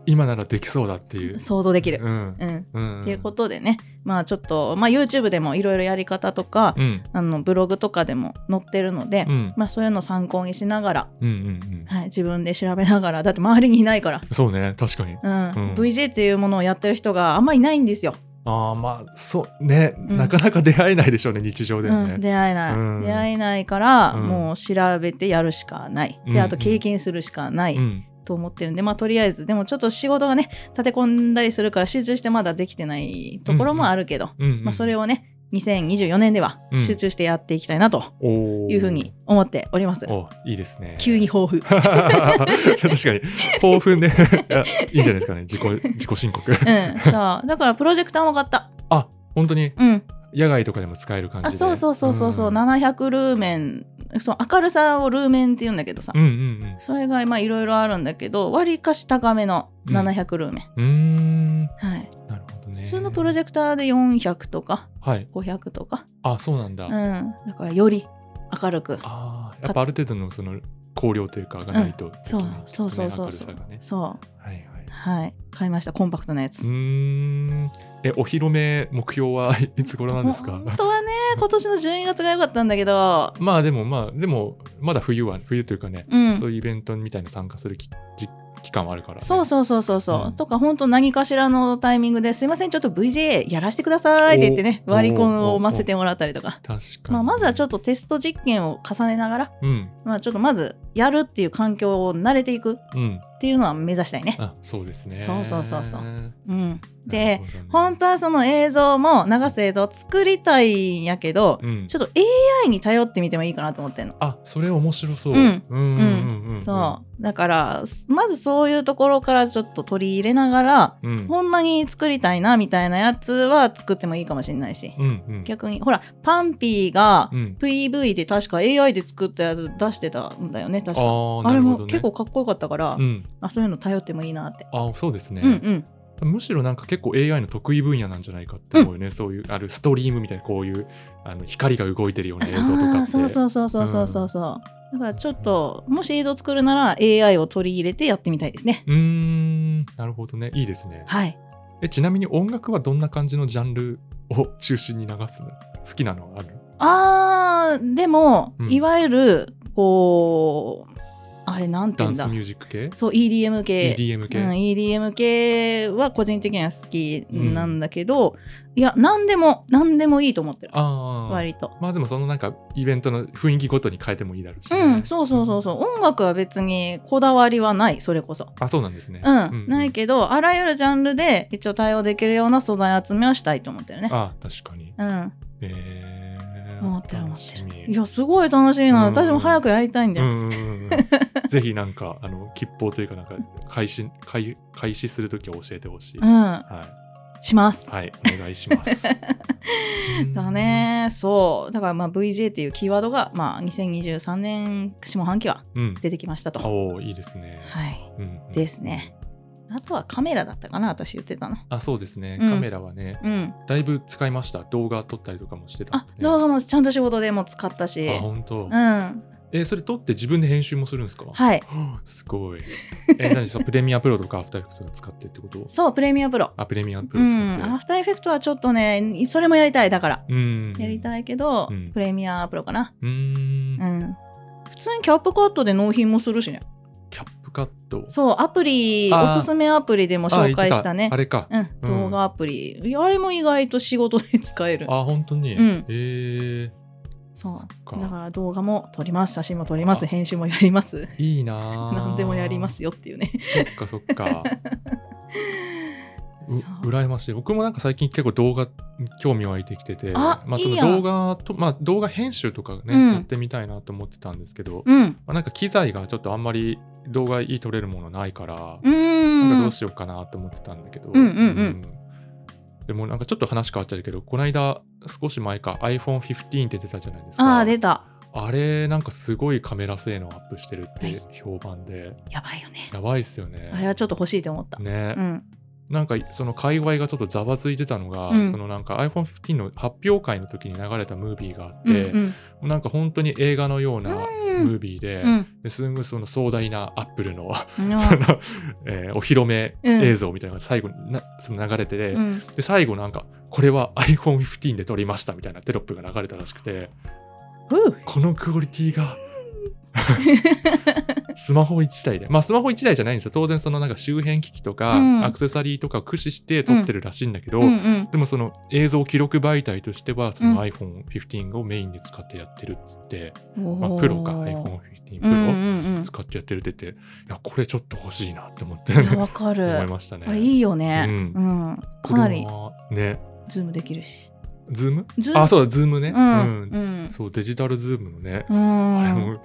[SPEAKER 1] 今ならできそうだっていう。
[SPEAKER 2] 想像できる、
[SPEAKER 1] うん。
[SPEAKER 2] うん
[SPEAKER 1] うん。
[SPEAKER 2] っていうことでねまあちょっと、まあ、YouTube でもいろいろやり方とか、
[SPEAKER 1] うん。
[SPEAKER 2] あのブログとかでも載ってるので、
[SPEAKER 1] うん。
[SPEAKER 2] まあそういうのを参考にしながら、
[SPEAKER 1] うん。うん。うん。
[SPEAKER 2] はい、自分で調べながらだって周りにいないから、
[SPEAKER 1] そうね、確かに。
[SPEAKER 2] うん
[SPEAKER 1] うん
[SPEAKER 2] VJ っていうものをやってる人があんまいないんですよ、
[SPEAKER 1] ああ、まあ、そうね、
[SPEAKER 2] ん
[SPEAKER 1] なかなか出会えないでしょうね、日常では
[SPEAKER 2] うん
[SPEAKER 1] ね。
[SPEAKER 2] 出会えない、
[SPEAKER 1] うん
[SPEAKER 2] 出会えないから、
[SPEAKER 1] うん
[SPEAKER 2] もう調べてやるしかない、
[SPEAKER 1] うんう
[SPEAKER 2] で
[SPEAKER 1] ん
[SPEAKER 2] あと経験するしかない
[SPEAKER 1] うん。
[SPEAKER 2] と思ってるんで、まあとりあえずでもちょっと仕事がね立て込んだりするから集中してまだできてないところもあるけど、
[SPEAKER 1] うん。
[SPEAKER 2] まあ、それ
[SPEAKER 1] を。
[SPEAKER 2] をね2024年では
[SPEAKER 1] うん
[SPEAKER 2] 集中してやっていきたいなと
[SPEAKER 1] おー
[SPEAKER 2] いうふうに思っております、
[SPEAKER 1] おいいですね。
[SPEAKER 2] 急に抱 負
[SPEAKER 1] 確かに興奮でいやいいんじゃないですかね自己自己申告
[SPEAKER 2] うん、そうだからプロジェクターも買った。
[SPEAKER 1] あ本当に
[SPEAKER 2] うん、
[SPEAKER 1] 野外とかでも使える感じ
[SPEAKER 2] あ
[SPEAKER 1] で
[SPEAKER 2] そうそうそうそうそう、
[SPEAKER 1] ん
[SPEAKER 2] 700ルーメンそう明るさをルーメンって言うんだけどさ、
[SPEAKER 1] うんうん
[SPEAKER 2] それがまあいろいろあるんだけど割かし高めの700ルーメン、
[SPEAKER 1] うんうーん
[SPEAKER 2] はい、
[SPEAKER 1] なるほどね
[SPEAKER 2] 普通のプロジェクターで400とか
[SPEAKER 1] はい
[SPEAKER 2] 500とか、
[SPEAKER 1] あそうなんだ、
[SPEAKER 2] う
[SPEAKER 1] あ
[SPEAKER 2] ん、だからより明るく
[SPEAKER 1] あーやっぱある程度のその光量というかがないと、
[SPEAKER 2] そう
[SPEAKER 1] できない
[SPEAKER 2] そうそうそう
[SPEAKER 1] ね明
[SPEAKER 2] そう
[SPEAKER 1] るさがね
[SPEAKER 2] そう
[SPEAKER 1] はいはい
[SPEAKER 2] はい買いましたコンパクトなやつ
[SPEAKER 1] うーんえお披露目目標はいつ頃なんですか
[SPEAKER 2] 本当はね今年の12月が良かったんだけど
[SPEAKER 1] まあでもまあでもまだ冬は冬というかね、
[SPEAKER 2] うん
[SPEAKER 1] そういうイベントみたいに参加するきじ期間はあるから、ね、
[SPEAKER 2] そうそうそうそうそう、
[SPEAKER 1] うん
[SPEAKER 2] とか本当何かしらのタイミングですいませんちょっと VJ やらせてくださいって言ってね
[SPEAKER 1] お
[SPEAKER 2] 割り込ンを待ませてもらったりとか、
[SPEAKER 1] 確かに、
[SPEAKER 2] まあ、まずはちょっ
[SPEAKER 1] っ
[SPEAKER 2] とテスト実験を重ねながら、
[SPEAKER 1] とうん
[SPEAKER 2] まあ、ちょっとまずやるっていう環境を慣れていくっ
[SPEAKER 1] うん
[SPEAKER 2] ていうのは目指したいね。
[SPEAKER 1] あそうですね
[SPEAKER 2] そうそうそうそう
[SPEAKER 1] な
[SPEAKER 2] うん、
[SPEAKER 1] る
[SPEAKER 2] で
[SPEAKER 1] ほどね
[SPEAKER 2] 本当はその映像も流す映像を作りたいんやけど、
[SPEAKER 1] うん
[SPEAKER 2] ちょっと AI に頼ってみてもいいかなと思ってんの。
[SPEAKER 1] あそれ面白そう
[SPEAKER 2] う
[SPEAKER 1] うんうんうんうん
[SPEAKER 2] そうだからまずそういうところからちょっと取り入れながら
[SPEAKER 1] うんうん
[SPEAKER 2] ほんまに作りたいなみたいなやつは作ってもいいかもしれないし、
[SPEAKER 1] うんうん
[SPEAKER 2] 逆にほらパンピーが
[SPEAKER 1] うん
[SPEAKER 2] PV で確か AI で作ったやつ出してたんだよね確か
[SPEAKER 1] あー
[SPEAKER 2] あ
[SPEAKER 1] な
[SPEAKER 2] れ
[SPEAKER 1] るほど
[SPEAKER 2] も
[SPEAKER 1] ね
[SPEAKER 2] 結構かっこよかったから、
[SPEAKER 1] うん
[SPEAKER 2] あそういうの頼ってもいいなって。
[SPEAKER 1] あそうですね、
[SPEAKER 2] うんうん。
[SPEAKER 1] むしろなんか結構 AI の得意分野なんじゃないかって思うよね、そういうあるストリームみたいなこういうあの光が動いてるような映像とかって
[SPEAKER 2] そうそうそうそうそうそうそう。だからちょっともし映像作るなら AI を取り入れてやってみたいですね。
[SPEAKER 1] うーんなるほどねいいですね
[SPEAKER 2] はい。
[SPEAKER 1] えちなみに音楽はどんな感じのジャンルを中心に流すの好きなのはある
[SPEAKER 2] あーでも、
[SPEAKER 1] うん
[SPEAKER 2] いわゆるこうあれなんて
[SPEAKER 1] ダ
[SPEAKER 2] 言う
[SPEAKER 1] ン
[SPEAKER 2] ん
[SPEAKER 1] ス
[SPEAKER 2] だ
[SPEAKER 1] ミュージック系
[SPEAKER 2] そう EDM 系
[SPEAKER 1] ?EDM 系、
[SPEAKER 2] うん、EDM 系は個人的には好きなんだけど、いや何でも何でもいいと思ってる
[SPEAKER 1] ああ。
[SPEAKER 2] 割と。
[SPEAKER 1] まあでもそのなんかイベントの雰囲気ごとに変えてもいいだろうし、ね。
[SPEAKER 2] うん、そうそうそうそう音楽は別にこだわりはないそれこそ
[SPEAKER 1] あ、そうなんですね。
[SPEAKER 2] うん、ないけどあらゆるジャンルで一応対応できるような素材集めはしたいと思ってるね
[SPEAKER 1] ああ、確かに。
[SPEAKER 2] うん
[SPEAKER 1] ええー。
[SPEAKER 2] 思ってる思ってる
[SPEAKER 1] 楽しみ
[SPEAKER 2] いやすごい楽しいな、
[SPEAKER 1] うん
[SPEAKER 2] 私も早くやりたいんだ
[SPEAKER 1] う
[SPEAKER 2] よ、
[SPEAKER 1] んうんうんうんぜひなんかあの吉報というかなんか開始開開始するときは教えてほしい、
[SPEAKER 2] う
[SPEAKER 1] は
[SPEAKER 2] ん
[SPEAKER 1] い
[SPEAKER 2] します、
[SPEAKER 1] はいお願いします うん
[SPEAKER 2] だねそうだからまあ VJ っていうキーワードがまあ2023年下半期は
[SPEAKER 1] うん
[SPEAKER 2] 出てきましたと
[SPEAKER 1] おーいいですね
[SPEAKER 2] はい
[SPEAKER 1] うんうん
[SPEAKER 2] ですねあとはカメラだったかな私言ってたの
[SPEAKER 1] あそうですね
[SPEAKER 2] うん
[SPEAKER 1] カメラはね、
[SPEAKER 2] うん
[SPEAKER 1] だいぶ使いました動画撮ったりとかもしてた
[SPEAKER 2] あ
[SPEAKER 1] んで
[SPEAKER 2] 動画もちゃんと仕事でも使ったし
[SPEAKER 1] あ本当、
[SPEAKER 2] うん
[SPEAKER 1] えそれ撮って自分で編集もするんですか
[SPEAKER 2] はい
[SPEAKER 1] すごいえ何 さプレミアプロとかアフターエフェクト使ってってこと
[SPEAKER 2] そうプレミアプロ
[SPEAKER 1] あプレミアプ
[SPEAKER 2] う
[SPEAKER 1] ロ使っ
[SPEAKER 2] ん
[SPEAKER 1] て
[SPEAKER 2] アフターエフェクトはちょっとねそれもやりたいだから
[SPEAKER 1] うん
[SPEAKER 2] やり
[SPEAKER 1] い
[SPEAKER 2] たいけど、
[SPEAKER 1] うん
[SPEAKER 2] プレミアプロかな
[SPEAKER 1] うん
[SPEAKER 2] うん普通にキャップカットで納品もするしね
[SPEAKER 1] キャップカット
[SPEAKER 2] そうアプリ
[SPEAKER 1] あー
[SPEAKER 2] おすすめアプリでも紹介したね
[SPEAKER 1] あ言ってあれか。
[SPEAKER 2] うん、
[SPEAKER 1] うん
[SPEAKER 2] 動画アプリ、いやあれも意外と仕事で使える
[SPEAKER 1] あ、本当に。
[SPEAKER 2] うん
[SPEAKER 1] ええ
[SPEAKER 2] そう
[SPEAKER 1] そっか
[SPEAKER 2] だから動画も撮ります写真も撮ります
[SPEAKER 1] あ
[SPEAKER 2] 編集もやります
[SPEAKER 1] いいなあ。
[SPEAKER 2] 何でもやりま。すよっていうね
[SPEAKER 1] そっかそっ か。う
[SPEAKER 2] そう
[SPEAKER 1] 羨ましい僕もなんか最近結構動画興味湧いてきてて
[SPEAKER 2] あ
[SPEAKER 1] まあ、
[SPEAKER 2] い
[SPEAKER 1] そ
[SPEAKER 2] い
[SPEAKER 1] の
[SPEAKER 2] や
[SPEAKER 1] 動画とまあ、動画編集とかね、
[SPEAKER 2] うん
[SPEAKER 1] やってみたいなと思ってたんですけど、
[SPEAKER 2] うん
[SPEAKER 1] まあ、なんか機材がちょっとあんまり動画いい撮れるものないから、
[SPEAKER 2] うーん
[SPEAKER 1] なんかどうしようかなと思ってたんだけど、
[SPEAKER 2] んうんうん
[SPEAKER 1] んでもなんかちょっと話変わっちゃうけどこの間少し前か iPhone15 って出たじゃないですか
[SPEAKER 2] ああ出た
[SPEAKER 1] あれなんかすごいカメラ性能アップしてるって評判で、
[SPEAKER 2] やばいよね
[SPEAKER 1] やばいっすよ
[SPEAKER 2] あれ
[SPEAKER 1] ね。
[SPEAKER 2] はちょっと欲しいと思った、
[SPEAKER 1] ね、
[SPEAKER 2] うん
[SPEAKER 1] なんかその界隈がちょっとざわついてたのが、
[SPEAKER 2] うん
[SPEAKER 1] そのなんか iPhone15 の発表会の時に流れたムービーがあって、
[SPEAKER 2] うんうん
[SPEAKER 1] なんか本当に映画のようなム
[SPEAKER 2] うん
[SPEAKER 1] ービーで,、
[SPEAKER 2] うん
[SPEAKER 1] ですごいその壮大なアップルの
[SPEAKER 2] うん
[SPEAKER 1] その、えーお披露目
[SPEAKER 2] うん
[SPEAKER 1] 映像みたいなのが最後になその流れてて、
[SPEAKER 2] うん
[SPEAKER 1] で最後なんかこれは iPhone15 で撮りましたみたいなテロップが流れたらしくて
[SPEAKER 2] ふう
[SPEAKER 1] このクオリティがスマホ1台でまあスマホ1台じゃないんですよ当然そのなんか周辺機器とか、
[SPEAKER 2] うん
[SPEAKER 1] アクセサリーとかを駆使して撮ってるらしいんだけど、
[SPEAKER 2] うんうん
[SPEAKER 1] でもその映像記録媒体としてはそうの
[SPEAKER 2] ん
[SPEAKER 1] iPhone15 をメインで使ってやってるっつって、ま
[SPEAKER 2] ま
[SPEAKER 1] あ、プロか iPhone15 プロ、
[SPEAKER 2] うんうんうん
[SPEAKER 1] 使ってやってるって言っていやこれちょっと欲しいなって思って
[SPEAKER 2] いや
[SPEAKER 1] 思
[SPEAKER 2] わか
[SPEAKER 1] い
[SPEAKER 2] る
[SPEAKER 1] ましたね。
[SPEAKER 2] あれいいよね
[SPEAKER 1] う
[SPEAKER 2] うん、かなり
[SPEAKER 1] これはね
[SPEAKER 2] ズームできるし
[SPEAKER 1] ズーム
[SPEAKER 2] ズーム
[SPEAKER 1] あそうだズームね、
[SPEAKER 2] うん
[SPEAKER 1] う
[SPEAKER 2] うんん
[SPEAKER 1] そうデジタルズームのね、
[SPEAKER 2] うん
[SPEAKER 1] あれも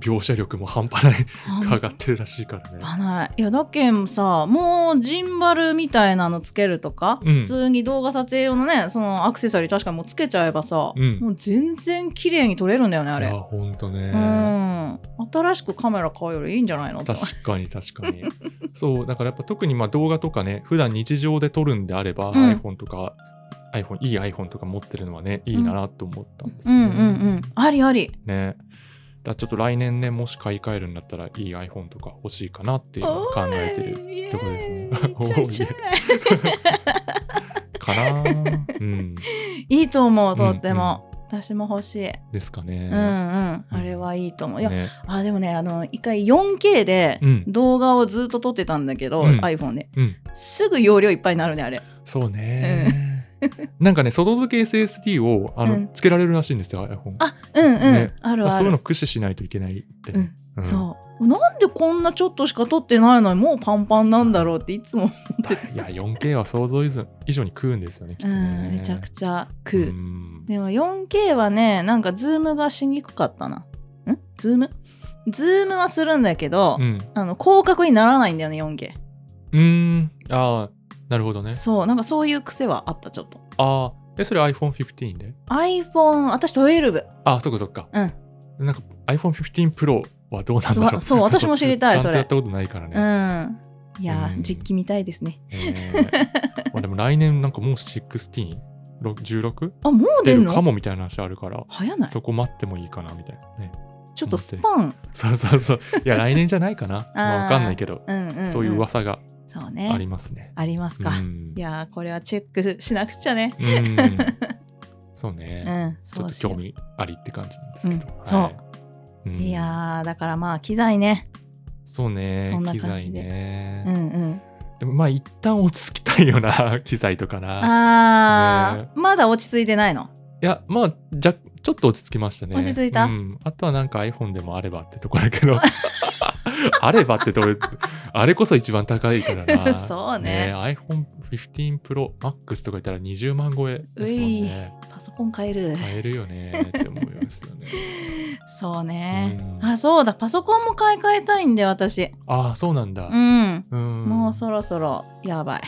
[SPEAKER 1] 描写力も半端ない
[SPEAKER 2] あ ん
[SPEAKER 1] 上がってるらしいからね。
[SPEAKER 2] あないいやだけんさもうジンバルみたいなのつけるとか、
[SPEAKER 1] うん
[SPEAKER 2] 普通に動画撮影用のねそのアクセサリー確かにもうつけちゃえばさ、
[SPEAKER 1] うん
[SPEAKER 2] もう全然綺麗に撮れるんだよねあ
[SPEAKER 1] い
[SPEAKER 2] れ
[SPEAKER 1] やほんとね、
[SPEAKER 2] うん新しくカメラ買うよりいいんじゃないのって
[SPEAKER 1] 確かに確かに そうだからやっぱ特にまあ動画とかね普段日常で撮るんであれば、
[SPEAKER 2] うん
[SPEAKER 1] iPhone とか iPhone いい iPhone とか持ってるのはねいいなと思ったんです
[SPEAKER 2] う
[SPEAKER 1] よ
[SPEAKER 2] ん
[SPEAKER 1] ね。
[SPEAKER 2] うんうんありあり
[SPEAKER 1] ねだからちょっと来年ねもし買い替えるんだったらいい iPhone とか欲しいかなっていうのを考えてる
[SPEAKER 2] る
[SPEAKER 1] とこですね
[SPEAKER 2] ちょいちょい
[SPEAKER 1] かな、うん、
[SPEAKER 2] いいと思う
[SPEAKER 1] うん
[SPEAKER 2] とっても、私も欲しい、
[SPEAKER 1] ですか
[SPEAKER 2] うんうん
[SPEAKER 1] ね。
[SPEAKER 2] あれはいいと思ういや、
[SPEAKER 1] ね
[SPEAKER 2] あでもねあの一回 4K で
[SPEAKER 1] うん
[SPEAKER 2] 動画をずっと撮ってたんだけど、
[SPEAKER 1] うん
[SPEAKER 2] iPhone で、
[SPEAKER 1] うん
[SPEAKER 2] すぐ容量いっぱいになるねあれ
[SPEAKER 1] そうね。なんかね、外付け SSD をあの、
[SPEAKER 2] うん
[SPEAKER 1] つけられるらしいんですよ、iPhone。
[SPEAKER 2] あうんうん、
[SPEAKER 1] ね
[SPEAKER 2] あるある
[SPEAKER 1] そういうの駆使しないといけないってね。うん
[SPEAKER 2] そうなんでこんなちょっとしか撮ってないのにもうパンパンなんだろうっていつも、
[SPEAKER 1] いや、4K は想像以上以上に食うんですよね、きっ
[SPEAKER 2] う
[SPEAKER 1] とね。
[SPEAKER 2] ん、めちゃく
[SPEAKER 1] ち
[SPEAKER 2] ちゃ食う、
[SPEAKER 1] ん
[SPEAKER 2] でも 4K はねなんかズームがしにくかったなんズームズームはするんだけど、
[SPEAKER 1] うん。
[SPEAKER 2] あの広角にならないんだよね 4K
[SPEAKER 1] うん。ああ、なるほどね。
[SPEAKER 2] そうなんかそういう癖はあったちょっと
[SPEAKER 1] ああ、え、それ iPhone15 で
[SPEAKER 2] iPhone 私12
[SPEAKER 1] あ、そっかそっか。
[SPEAKER 2] うん
[SPEAKER 1] なんか iPhone15 Pro はどうなんだろ
[SPEAKER 2] う
[SPEAKER 1] う
[SPEAKER 2] わそう私も知りたい
[SPEAKER 1] ちゃん
[SPEAKER 2] そ
[SPEAKER 1] と
[SPEAKER 2] れ
[SPEAKER 1] やったことないから
[SPEAKER 2] う
[SPEAKER 1] ね。
[SPEAKER 2] んいやー、
[SPEAKER 1] うん
[SPEAKER 2] 実機見たいですね
[SPEAKER 1] えーまあでも来年なんかもう 16?16? 16?
[SPEAKER 2] あもう出
[SPEAKER 1] 出
[SPEAKER 2] る
[SPEAKER 1] る
[SPEAKER 2] の
[SPEAKER 1] かもみたいな話あるから、
[SPEAKER 2] 早ない
[SPEAKER 1] そこ待ってもいいかなみたいなね。
[SPEAKER 2] ちょっとスパン
[SPEAKER 1] そうそうそう。いや、来年じゃないかな。まあわかんないけど、
[SPEAKER 2] うんうんうん
[SPEAKER 1] そういう噂が
[SPEAKER 2] そう
[SPEAKER 1] あ
[SPEAKER 2] ね
[SPEAKER 1] りますね。
[SPEAKER 2] ありますか、
[SPEAKER 1] うん
[SPEAKER 2] いやーこれはチェックしなくちゃね
[SPEAKER 1] うんそう
[SPEAKER 2] う
[SPEAKER 1] ね、
[SPEAKER 2] ん
[SPEAKER 1] ち
[SPEAKER 2] そ
[SPEAKER 1] ょ
[SPEAKER 2] う
[SPEAKER 1] っ
[SPEAKER 2] し
[SPEAKER 1] と
[SPEAKER 2] よ
[SPEAKER 1] 興
[SPEAKER 2] う
[SPEAKER 1] 味ありって感じなんですけど、
[SPEAKER 2] うんそう
[SPEAKER 1] いうん
[SPEAKER 2] いやーだからまあ機材ね
[SPEAKER 1] そうね
[SPEAKER 2] そんな感
[SPEAKER 1] 機
[SPEAKER 2] じで
[SPEAKER 1] 材ね、
[SPEAKER 2] うんうん
[SPEAKER 1] でもまあ一旦落ち着きたいよな機材とかな
[SPEAKER 2] あー、
[SPEAKER 1] ね
[SPEAKER 2] まだ落ち着いてないの
[SPEAKER 1] いやまあじゃちょっと落ち着きましたね
[SPEAKER 2] 落ち着いた
[SPEAKER 1] うん、あとはなんか iPhone でもあればってとこだけ どあればってどれあれこそ一番高いからな
[SPEAKER 2] そうね
[SPEAKER 1] iPhone15 Pro Max とか言ったら20万超えですもんね
[SPEAKER 2] パソコン変える
[SPEAKER 1] 買えるよねって思いますよね
[SPEAKER 2] そうね、
[SPEAKER 1] うん
[SPEAKER 2] あそうだパソコンも買い替えたいんで私
[SPEAKER 1] ああそうなんだ
[SPEAKER 2] うん、
[SPEAKER 1] うん
[SPEAKER 2] もうそろそろやばい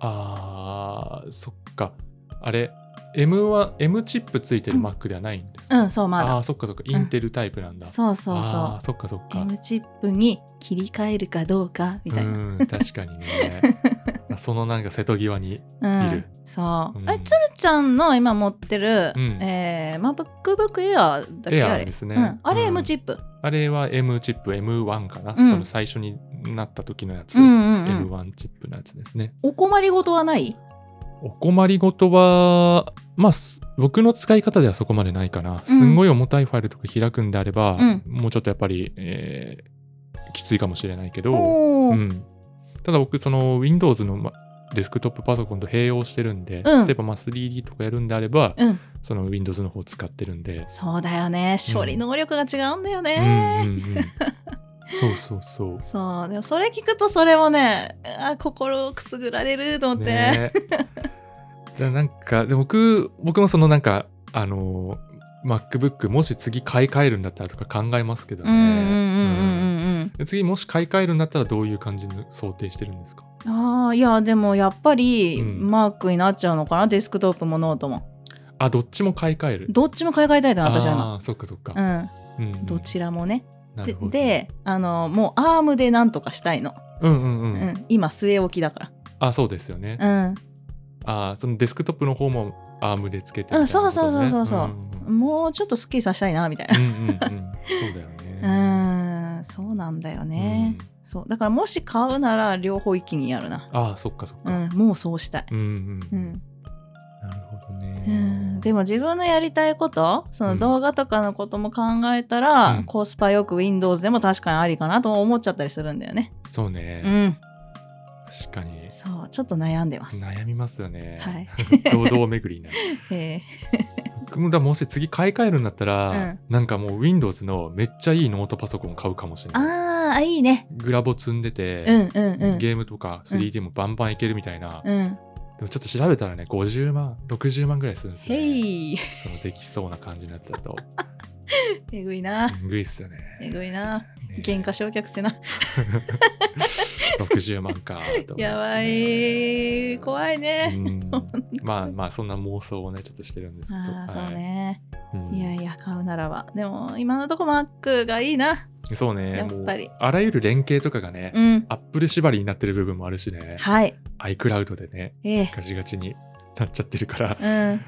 [SPEAKER 1] あーそっかあれ M は M チップついてる
[SPEAKER 2] うん
[SPEAKER 1] Mac ではないんですか、
[SPEAKER 2] うんそうま
[SPEAKER 1] あ
[SPEAKER 2] だ
[SPEAKER 1] あそっかそっか
[SPEAKER 2] ん
[SPEAKER 1] インテルタイプなんだ、
[SPEAKER 2] そうそう
[SPEAKER 1] あ
[SPEAKER 2] そ
[SPEAKER 1] ーそっかそっ
[SPEAKER 2] う
[SPEAKER 1] か
[SPEAKER 2] M チップに切り替えるかどうかみたいな
[SPEAKER 1] うん確かに ねそのなんか瀬戸際に
[SPEAKER 2] うん
[SPEAKER 1] いる
[SPEAKER 2] そう、
[SPEAKER 1] うん
[SPEAKER 2] えつるちゃんの今持ってる、
[SPEAKER 1] うん
[SPEAKER 2] えーまあ BookBook Air だっけあ
[SPEAKER 1] Air
[SPEAKER 2] れ
[SPEAKER 1] ですね
[SPEAKER 2] うん、あれ
[SPEAKER 1] うん
[SPEAKER 2] M チップ、
[SPEAKER 1] あれは M チップ M1 かな、
[SPEAKER 2] うん
[SPEAKER 1] その最初になった時のやつ、
[SPEAKER 2] うんうんうん
[SPEAKER 1] M1 チップのやつですね
[SPEAKER 2] お困りごとはない
[SPEAKER 1] お困りごとはまあす僕の使い方ではそこまでないかな、すんごい重たいファイルとか開くんであれば、
[SPEAKER 2] うん
[SPEAKER 1] もうちょっとやっぱり、えーきついかもしれないけど、
[SPEAKER 2] おお、
[SPEAKER 1] うん、ただ僕その Windows のまデスクトップパソコンと併用してるんで、
[SPEAKER 2] うん
[SPEAKER 1] 例えばまあ 3D とかやるんであれば、
[SPEAKER 2] うん
[SPEAKER 1] その Windows の方を使ってるんで、
[SPEAKER 2] そうだよね処理能力が違うんだよね、
[SPEAKER 1] うんうんうんそうそうそう
[SPEAKER 2] そうでもそれ聞くとそれもねあ心をくすぐられると思って、
[SPEAKER 1] ねえじゃあなんかで僕僕もそのなんかあの MacBook もし次買い替えるんだったらとか考えますけど
[SPEAKER 2] う
[SPEAKER 1] ね
[SPEAKER 2] んうんうんうん
[SPEAKER 1] うん
[SPEAKER 2] うん
[SPEAKER 1] で次もし買い替えるんだったらどういう感じの想定してるんですか
[SPEAKER 2] うんあーいやでもやっぱり
[SPEAKER 1] うん
[SPEAKER 2] マークになっちゃうのかな、デスクトップもノートも
[SPEAKER 1] あどっちも買い替える
[SPEAKER 2] どっちも買い替えたいな私は今
[SPEAKER 1] あーそっかそっか、
[SPEAKER 2] うん
[SPEAKER 1] うん
[SPEAKER 2] どちらもね
[SPEAKER 1] な
[SPEAKER 2] で
[SPEAKER 1] るほど
[SPEAKER 2] であのもうアームでなんとかしたいの、
[SPEAKER 1] うんうんう、
[SPEAKER 2] うんん、今据え置きだか
[SPEAKER 1] あそうですよね、
[SPEAKER 2] ら、
[SPEAKER 1] あそのデスクトップの方もアームでつけてみたいなことね
[SPEAKER 2] うんそうそうそうそうそうんもうちょっとすっきりさせたいな みたいな
[SPEAKER 1] うんうんうんうんそうだよね
[SPEAKER 2] うんそうなんだよね、
[SPEAKER 1] うん
[SPEAKER 2] そうだからもし買うなら両方一気にやるな、
[SPEAKER 1] ああそっかそっ
[SPEAKER 2] う
[SPEAKER 1] か
[SPEAKER 2] ん、もうそうしたい、
[SPEAKER 1] うんう
[SPEAKER 2] うんん、
[SPEAKER 1] なるほど
[SPEAKER 2] う
[SPEAKER 1] ね
[SPEAKER 2] ん。でも自分のやりたいことそうの
[SPEAKER 1] ん
[SPEAKER 2] 動画とかのことも考えたら、
[SPEAKER 1] うん
[SPEAKER 2] コスパよく Windows でも確かにありかなとも思っちゃったりするんだよね
[SPEAKER 1] そう
[SPEAKER 2] う
[SPEAKER 1] ね。
[SPEAKER 2] ん
[SPEAKER 1] 確かに。
[SPEAKER 2] そうちょっと悩んでます、
[SPEAKER 1] 悩みますよね。
[SPEAKER 2] はい
[SPEAKER 1] 堂々巡りにな る。
[SPEAKER 2] え
[SPEAKER 1] 僕もだもし次買い替えるんだったら、
[SPEAKER 2] うん
[SPEAKER 1] なんかもう Windows のめっちゃいいノートパソコン買うかもしれ
[SPEAKER 2] ー、
[SPEAKER 1] ない。
[SPEAKER 2] あーあいいね
[SPEAKER 1] グラボ積んでて、
[SPEAKER 2] うんうんうん
[SPEAKER 1] ゲームとか 3D もバンバンいけるみたいな。
[SPEAKER 2] うん
[SPEAKER 1] でもちょっと調べたらね、50万、60万ぐらいするんですよ、
[SPEAKER 2] へ
[SPEAKER 1] ね。
[SPEAKER 2] い
[SPEAKER 1] そのできそうな感じのやつだと。
[SPEAKER 2] えぐいな
[SPEAKER 1] えぐいっすよね。
[SPEAKER 2] えぐいな
[SPEAKER 1] ね
[SPEAKER 2] 喧嘩焼却せな
[SPEAKER 1] 60万かと思いつつね、
[SPEAKER 2] やばい怖いね、
[SPEAKER 1] うん まあまあそんな妄想をねちょっとしてるんですけど。
[SPEAKER 2] ああ
[SPEAKER 1] はい
[SPEAKER 2] そうね、
[SPEAKER 1] うん
[SPEAKER 2] いやいや買うならばでも今のとこ Mac がいいな
[SPEAKER 1] そうね。
[SPEAKER 2] やっぱり
[SPEAKER 1] もうあらゆる連携とかがね、
[SPEAKER 2] うん
[SPEAKER 1] アップル縛りになってる部分もあるしね、
[SPEAKER 2] はい
[SPEAKER 1] iCloud でね、
[SPEAKER 2] ええ
[SPEAKER 1] ガチガチになっちゃってるから、
[SPEAKER 2] うん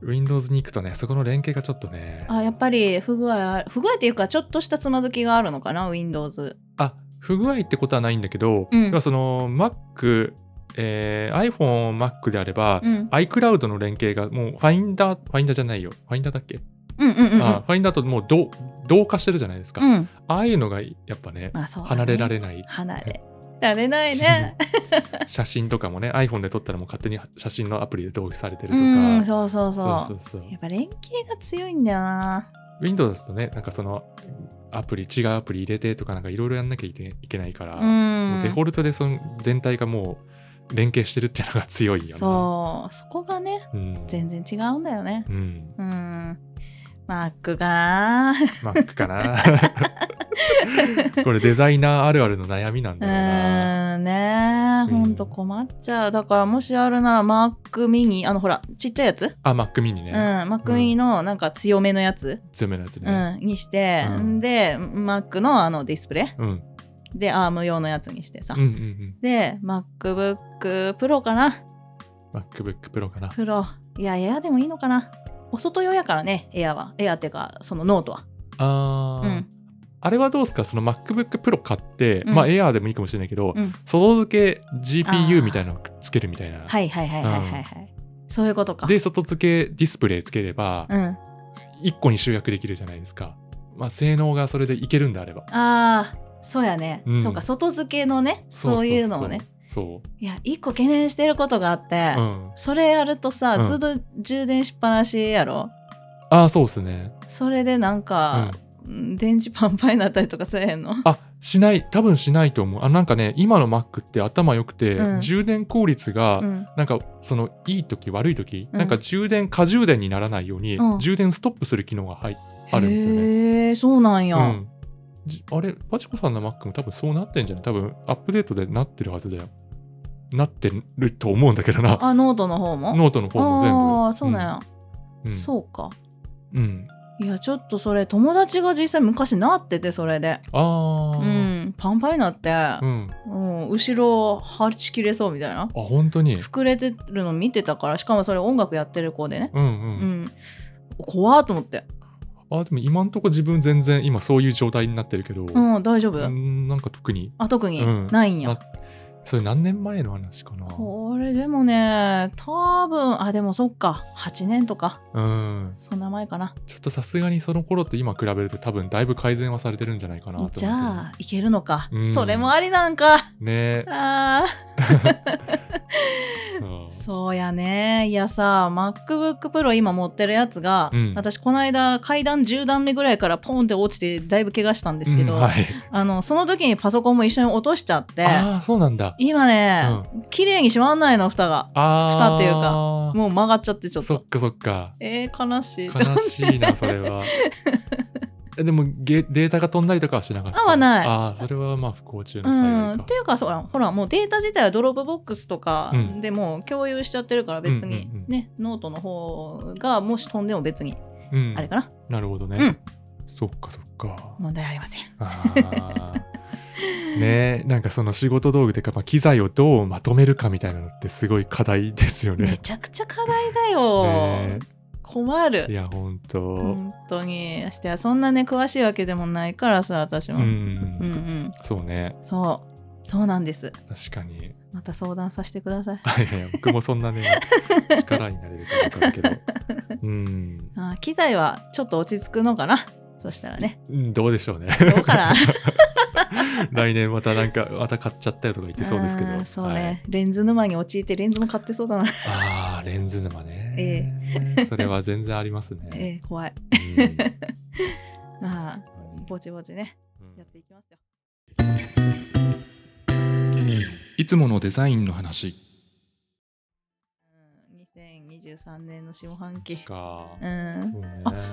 [SPEAKER 1] Windows に行くとね、そこの連携がちょっとね、
[SPEAKER 2] あやっぱり不具合あ不具合っていうかちょっとしたつまずきがあるのかな Windows
[SPEAKER 1] あ不具合ってことはないんだけど、
[SPEAKER 2] うん
[SPEAKER 1] 要はその Mac、えー iPhone、Mac であれば、
[SPEAKER 2] うん
[SPEAKER 1] iCloud の連携がもう Finder、Finder じゃないよ。Finder だっけ、
[SPEAKER 2] うんうんうん
[SPEAKER 1] あ ?Finder ともう同同化してるじゃないですか。
[SPEAKER 2] うんうん
[SPEAKER 1] ああいうのがやっぱね、
[SPEAKER 2] まあそうだね
[SPEAKER 1] 離れられない。
[SPEAKER 2] 離れられな いね
[SPEAKER 1] 写真とかもね iPhone で撮ったらもう勝手に写真のアプリで同期されてると
[SPEAKER 2] う
[SPEAKER 1] か、
[SPEAKER 2] んそうそうそう
[SPEAKER 1] そうそうそう
[SPEAKER 2] やっぱ連携が強いんだよな
[SPEAKER 1] Windows とねなんかそのアプリ違うアプリ入れてとかなんかいろいろやんなきゃいけいけないから、
[SPEAKER 2] う
[SPEAKER 1] もうんデフォルトでその全体がもう連携してるっていうのが強いよね
[SPEAKER 2] そうそこがね
[SPEAKER 1] うん、うん、
[SPEAKER 2] 全然違うんだよね
[SPEAKER 1] うん
[SPEAKER 2] うん Mac かな
[SPEAKER 1] Mac か なこれデザイナーあるあるの悩みなん
[SPEAKER 2] う
[SPEAKER 1] だろうな、
[SPEAKER 2] んね
[SPEAKER 1] うん
[SPEAKER 2] ほんと困っちゃうだからもしあるなら Mac mini あのほらちっちゃいやつ
[SPEAKER 1] あ Mac mini
[SPEAKER 2] う
[SPEAKER 1] ね
[SPEAKER 2] ん、Mac mini のなんか強めのやつ
[SPEAKER 1] 強めのやつね
[SPEAKER 2] うん、にして、
[SPEAKER 1] うん
[SPEAKER 2] で Mac のあのディスプレ
[SPEAKER 1] うん、うん、
[SPEAKER 2] イで ARM 用のやつにしてさ、
[SPEAKER 1] うんうん
[SPEAKER 2] で MacBookPro かな
[SPEAKER 1] MacBook Pro かな
[SPEAKER 2] Pro いや Air でもいいのかなお外用やからね Air は Air っていうかそのノートは
[SPEAKER 1] あー、
[SPEAKER 2] うん
[SPEAKER 1] あれはどうですかその MacBook Pro 買って、
[SPEAKER 2] うん
[SPEAKER 1] まあ Air でもいいかもしれないけど、
[SPEAKER 2] うん
[SPEAKER 1] 外付け
[SPEAKER 2] あー
[SPEAKER 1] GPU みたいなのくっつけるみたいな。
[SPEAKER 2] はいはいはいはいはいはい。そういうことか。
[SPEAKER 1] で、外付けディスプレイつければ、
[SPEAKER 2] うん。
[SPEAKER 1] 1個に集約できるじゃないですか。まあ、性能がそれでいけるんであれば。
[SPEAKER 2] ああ、そうやね。
[SPEAKER 1] うん
[SPEAKER 2] そうか、外付けのね、そういうのをね。。
[SPEAKER 1] そ
[SPEAKER 2] いや、一個懸念してることがあって
[SPEAKER 1] う。、うん。
[SPEAKER 2] それやるとさ、
[SPEAKER 1] うん
[SPEAKER 2] ずっと充電しっぱなしやろ。
[SPEAKER 1] ああ、そうですね。
[SPEAKER 2] それでなん
[SPEAKER 1] う
[SPEAKER 2] か
[SPEAKER 1] ん、、
[SPEAKER 2] うん電池パンパンになったりとかせえへんの。
[SPEAKER 1] あしない多分しないと思うあなんかね今の Mac って頭良くて、
[SPEAKER 2] うん
[SPEAKER 1] 充電効率が、
[SPEAKER 2] うん
[SPEAKER 1] なんかそのいい時悪い時、
[SPEAKER 2] うん
[SPEAKER 1] なんか充電過充電にならないように、
[SPEAKER 2] うん
[SPEAKER 1] 充電ストップする機能が入あるんですよね。
[SPEAKER 2] へえ、そうなんや。
[SPEAKER 1] うんじあれパチコさんの Mac も多分そうなってんじゃない多分アップデートでなってるはずだよ。なってると思うんだけどな。
[SPEAKER 2] あ、ノートの方も。
[SPEAKER 1] ノートの方も全部。
[SPEAKER 2] ああ、そうなんや。
[SPEAKER 1] うん、うん
[SPEAKER 2] そうか。
[SPEAKER 1] うん
[SPEAKER 2] いや、ちょっとそれ、友達が実際昔なってて、それで。
[SPEAKER 1] あ
[SPEAKER 2] う
[SPEAKER 1] ー、
[SPEAKER 2] ん、パンパンになって、
[SPEAKER 1] うん。あ
[SPEAKER 2] うん、後ろはち切れそうみたいな
[SPEAKER 1] 本当に。
[SPEAKER 2] 膨れてるの見てたからしかもそれ音楽やってる子でね、
[SPEAKER 1] うん
[SPEAKER 2] う
[SPEAKER 1] うん。
[SPEAKER 2] ん、怖ーと思って、
[SPEAKER 1] あでも今んとこ自分全然今そういう状態になってるけど。
[SPEAKER 2] うん、大丈夫、
[SPEAKER 1] うんなんか特に
[SPEAKER 2] あ特に
[SPEAKER 1] うん
[SPEAKER 2] ないんや、
[SPEAKER 1] なそれ何年前の話かな
[SPEAKER 2] これでもね多分あでもそっか8年とか
[SPEAKER 1] うん
[SPEAKER 2] そんな前かな
[SPEAKER 1] ちょっとさすがにその頃と今比べると多分だいぶ改善はされてるんじゃないかなと思って
[SPEAKER 2] じゃあいけるのか、
[SPEAKER 1] うん
[SPEAKER 2] それもありなんか
[SPEAKER 1] ね
[SPEAKER 2] あ
[SPEAKER 1] えそう
[SPEAKER 2] ーそうやねいやさ MacBookPro 今持ってるやつが、
[SPEAKER 1] うん
[SPEAKER 2] 私この間階段10段目ぐらいからポンって落ちてだいぶ怪我したんですけど、
[SPEAKER 1] うんはい、
[SPEAKER 2] あのその時にパソコンも一緒に落としちゃって
[SPEAKER 1] ああそうなんだ
[SPEAKER 2] 今ね、綺麗に閉まんないの蓋が
[SPEAKER 1] ああ
[SPEAKER 2] 蓋っていうか
[SPEAKER 1] う
[SPEAKER 2] もう曲がっちゃってちょっ
[SPEAKER 1] そ
[SPEAKER 2] と
[SPEAKER 1] っかそっか
[SPEAKER 2] えー、悲しい
[SPEAKER 1] 悲しいなそれ はえでもゲデータが飛んだりとかはしなかった
[SPEAKER 2] あはない
[SPEAKER 1] ああそれはまあ不幸中
[SPEAKER 2] う
[SPEAKER 1] の幸
[SPEAKER 2] ん、
[SPEAKER 1] い
[SPEAKER 2] っ
[SPEAKER 1] か
[SPEAKER 2] ていうかそうほらほらもうデータ自体はドロップボックスとか
[SPEAKER 1] うん
[SPEAKER 2] でもう共有しちゃってるから別に、
[SPEAKER 1] うんうんうん
[SPEAKER 2] ねノートの方がもし飛んでも別に、
[SPEAKER 1] うん、
[SPEAKER 2] あれかな
[SPEAKER 1] なるほどね、
[SPEAKER 2] うん
[SPEAKER 1] そっかそっか
[SPEAKER 2] 問題ありません
[SPEAKER 1] あーねえなんかその仕事道具というか、まあ、機材をどうまとめるかみたいなのってすごい課題ですよ
[SPEAKER 2] め
[SPEAKER 1] ね。
[SPEAKER 2] ちゃくちゃ課題だよ、
[SPEAKER 1] ね
[SPEAKER 2] 困
[SPEAKER 1] えい
[SPEAKER 2] る
[SPEAKER 1] や本当、
[SPEAKER 2] 本当にしてそんなね詳しいわけでもないからさ私
[SPEAKER 1] うん
[SPEAKER 2] も、うんうん
[SPEAKER 1] そうね
[SPEAKER 2] そうそうなんです
[SPEAKER 1] 確かにい
[SPEAKER 2] また相談させてください
[SPEAKER 1] やいや僕もそんな ね力になれるかどうかだけどうん
[SPEAKER 2] あー機材はちょっと落ち着くのかなそしたらね
[SPEAKER 1] うんどうでしょうね
[SPEAKER 2] どうかな
[SPEAKER 1] 来年またなんかまた買っちゃったよとか言ってそうですけ
[SPEAKER 2] あ
[SPEAKER 1] ど
[SPEAKER 2] ーそうね、レンズ沼に陥ってレンズも買ってそ うだな、
[SPEAKER 1] はい、あーレンズ沼ね、それは全然ありますね、
[SPEAKER 2] えー怖いまあ
[SPEAKER 1] うん
[SPEAKER 2] ぼちぼちね
[SPEAKER 1] うん
[SPEAKER 2] やっていきますよ
[SPEAKER 1] いつものデザインの話
[SPEAKER 2] うん2023年の下半期
[SPEAKER 1] か、
[SPEAKER 2] うん
[SPEAKER 1] そうね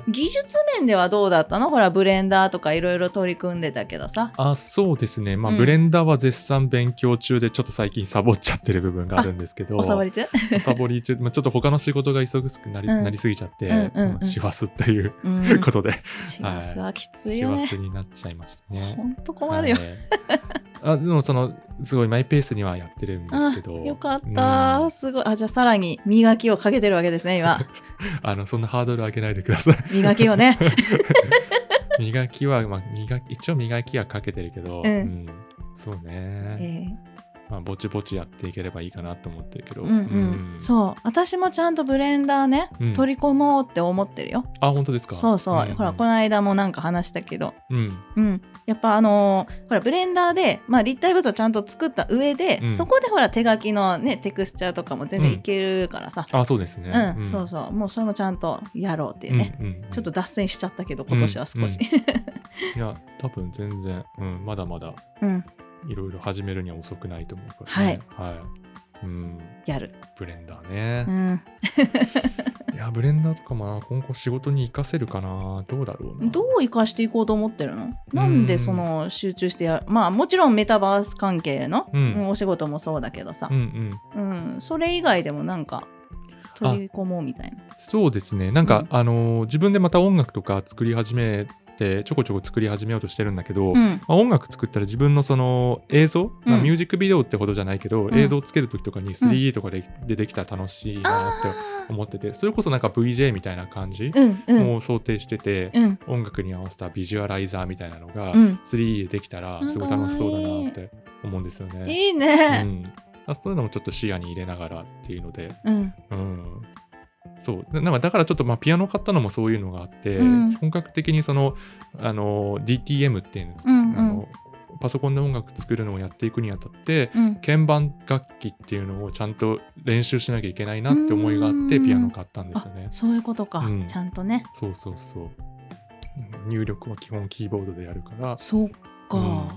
[SPEAKER 2] 技術面ではどうだったのほらブレンダーとかいろいろ取り組んでたけどさ
[SPEAKER 1] あそうですね、まあ
[SPEAKER 2] うん
[SPEAKER 1] ブレンダーは絶賛勉強中でちょっと最近サボっちゃってる部分があるんですけど
[SPEAKER 2] おさわり 中
[SPEAKER 1] おさぼり中、まあ、ちょっと他の仕事が忙しくなり,、
[SPEAKER 2] うん
[SPEAKER 1] なりすぎちゃって、
[SPEAKER 2] うんうんうん
[SPEAKER 1] まあ師走という
[SPEAKER 2] うん
[SPEAKER 1] ことで、
[SPEAKER 2] 師走はきつい
[SPEAKER 1] 師
[SPEAKER 2] よね
[SPEAKER 1] 走になっちゃいました
[SPEAKER 2] ほ
[SPEAKER 1] ね。
[SPEAKER 2] んと困るよ、
[SPEAKER 1] はいあでもそのすごいマイペースにはやってるんですけど
[SPEAKER 2] あよかっ
[SPEAKER 1] う
[SPEAKER 2] た
[SPEAKER 1] ん
[SPEAKER 2] すごいあじゃあさらに磨きをかけてるわけですね 今
[SPEAKER 1] あのそんなハードル上げないでください
[SPEAKER 2] 磨きをね
[SPEAKER 1] 磨きは、まあ、磨き一応磨きはかけてるけど、
[SPEAKER 2] うん
[SPEAKER 1] んそうね、
[SPEAKER 2] え
[SPEAKER 1] まあ、ぼちぼちやっていければいいかなと思ってるけど、
[SPEAKER 2] ーうんうん、そう私もちゃんとブレンダーね、
[SPEAKER 1] うん
[SPEAKER 2] 取り込もうって思ってるよ
[SPEAKER 1] あ本当ですか
[SPEAKER 2] そうそう、ほらこ
[SPEAKER 1] れ
[SPEAKER 2] の間もなんか話したけど
[SPEAKER 1] うん
[SPEAKER 2] うんやっぱあのーほらブレンダーで、まあ、立体物をちゃんと作った上で、
[SPEAKER 1] うん
[SPEAKER 2] そこでほら手書きのねテクスチャーとかも全然いけるからさ、
[SPEAKER 1] あそうです
[SPEAKER 2] う
[SPEAKER 1] ね
[SPEAKER 2] んそうそうもうそれもちゃんとやろうっていうね、
[SPEAKER 1] うんうん
[SPEAKER 2] ちょっと脱線しちゃったけど今年は少し、
[SPEAKER 1] いや多分全然、うん、まだまだ
[SPEAKER 2] うん、
[SPEAKER 1] いろいろ始めるには遅くないと思うから、
[SPEAKER 2] はい
[SPEAKER 1] ね、はい、うん
[SPEAKER 2] やる、
[SPEAKER 1] ブレンダーね
[SPEAKER 2] う、ん、
[SPEAKER 1] いやブレンダーとかもな今後仕事に活かせるかなどうだろうな
[SPEAKER 2] どう生かしていこうと思ってるのなんでその集中してやるまあもちろんメタバース関係の、
[SPEAKER 1] うん
[SPEAKER 2] うんお仕事もそうだけどさ
[SPEAKER 1] うん、うん
[SPEAKER 2] うん、それ以外でもなんか取り込もうみたいな。
[SPEAKER 1] そうですねなんか、
[SPEAKER 2] うん
[SPEAKER 1] あのー自分でまた音楽とか作り始めってちょこちょこ作り始めようとしてるんだけど、
[SPEAKER 2] う
[SPEAKER 1] ま
[SPEAKER 2] ん
[SPEAKER 1] あ、音楽作ったら自分のその映像、まあ、
[SPEAKER 2] うん
[SPEAKER 1] ミュージックビデオってほどじゃないけど、
[SPEAKER 2] ん
[SPEAKER 1] 映像つける時とかに 3D とかで出てきたら楽しいなって
[SPEAKER 2] あ
[SPEAKER 1] 思っててそれこそなんか VJ みたいな感じ
[SPEAKER 2] ーうんうん
[SPEAKER 1] を想定してて、
[SPEAKER 2] うん
[SPEAKER 1] 音楽に合わせたビジュアライザーみたいなのが
[SPEAKER 2] うん
[SPEAKER 1] 3D でできたらすごい楽しそうだなって思うんですよね。
[SPEAKER 2] いいうね
[SPEAKER 1] ん、あそういうのもちょっと視野に入れながらっていうので、
[SPEAKER 2] うん
[SPEAKER 1] うん、そうななんかだからちょっとまあピアノ買ったのもそういうのがあって、
[SPEAKER 2] うん
[SPEAKER 1] 本格的にそのあの DTM っていうんですか、
[SPEAKER 2] うんうん
[SPEAKER 1] あのパソコンで音楽作るのをやっていくにあたって
[SPEAKER 2] うん
[SPEAKER 1] 鍵盤楽器っていうのをちゃんと練習しなきゃいけないなって思いがあって
[SPEAKER 2] うん
[SPEAKER 1] ピアノ買ったんですよね。
[SPEAKER 2] そういうことか
[SPEAKER 1] うん
[SPEAKER 2] ちゃんとね
[SPEAKER 1] そうそうそう入力は基本キーボードでやるから
[SPEAKER 2] そうか
[SPEAKER 1] うん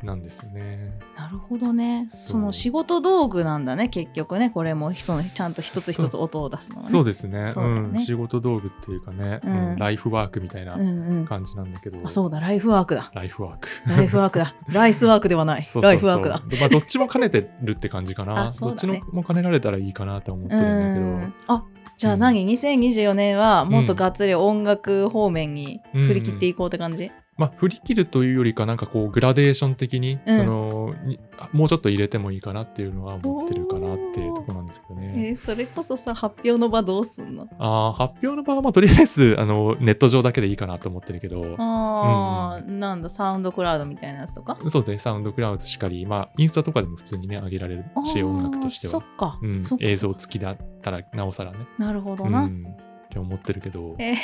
[SPEAKER 1] なんですよね。
[SPEAKER 2] なるほどね
[SPEAKER 1] そう
[SPEAKER 2] その仕事道具なんだね結局ねこれもそのちゃんと一つ一つ
[SPEAKER 1] そ
[SPEAKER 2] 音を出すのはね
[SPEAKER 1] そうですね
[SPEAKER 2] そうだよ
[SPEAKER 1] ん、
[SPEAKER 2] ね
[SPEAKER 1] 仕事道具っていうかね、
[SPEAKER 2] うん
[SPEAKER 1] うんライフワークみたいな
[SPEAKER 2] うんうん
[SPEAKER 1] 感じなんだけど、
[SPEAKER 2] あそうだライフワークだ
[SPEAKER 1] ライフワーク。
[SPEAKER 2] ライフワークだライスワークではない
[SPEAKER 1] そうそうそう
[SPEAKER 2] ライフワークだ
[SPEAKER 1] まあ、どっちも兼ねてるって感じかな。
[SPEAKER 2] あそ
[SPEAKER 1] ど
[SPEAKER 2] う
[SPEAKER 1] っ
[SPEAKER 2] だ
[SPEAKER 1] ち
[SPEAKER 2] ね
[SPEAKER 1] のも兼ねられたらいいかなと思って
[SPEAKER 2] う
[SPEAKER 1] るんだ
[SPEAKER 2] んあじゃあ何、2024年はもっとがっつり音楽方面に振り切っていこうって感
[SPEAKER 1] け
[SPEAKER 2] じ、
[SPEAKER 1] ど、まあ、振り切るというよりか、なんかこう、グラデーション的に、
[SPEAKER 2] うん
[SPEAKER 1] そのにあもうちょっと入れてもいいかなっていうのは思ってるかなっていうところなんですけどね。
[SPEAKER 2] えーそれこそさ発表の場どうすんの
[SPEAKER 1] あー発表の場は、まあ、とりあえず あのネット上だけでいいかなと思ってるけど、
[SPEAKER 2] あー、なんだサウンドクラウドみたいなやつとか
[SPEAKER 1] そうですね、サウンドクラウドしかり、まあ、インスタとかでも普通にね、上げられる
[SPEAKER 2] あ
[SPEAKER 1] し、
[SPEAKER 2] ー
[SPEAKER 1] 音楽として
[SPEAKER 2] そっ
[SPEAKER 1] は。
[SPEAKER 2] か、
[SPEAKER 1] うん
[SPEAKER 2] そっ、か
[SPEAKER 1] 映像付きだったら、なおさらね。
[SPEAKER 2] なるほど
[SPEAKER 1] う
[SPEAKER 2] な、
[SPEAKER 1] ん、って思ってるけど。
[SPEAKER 2] えー、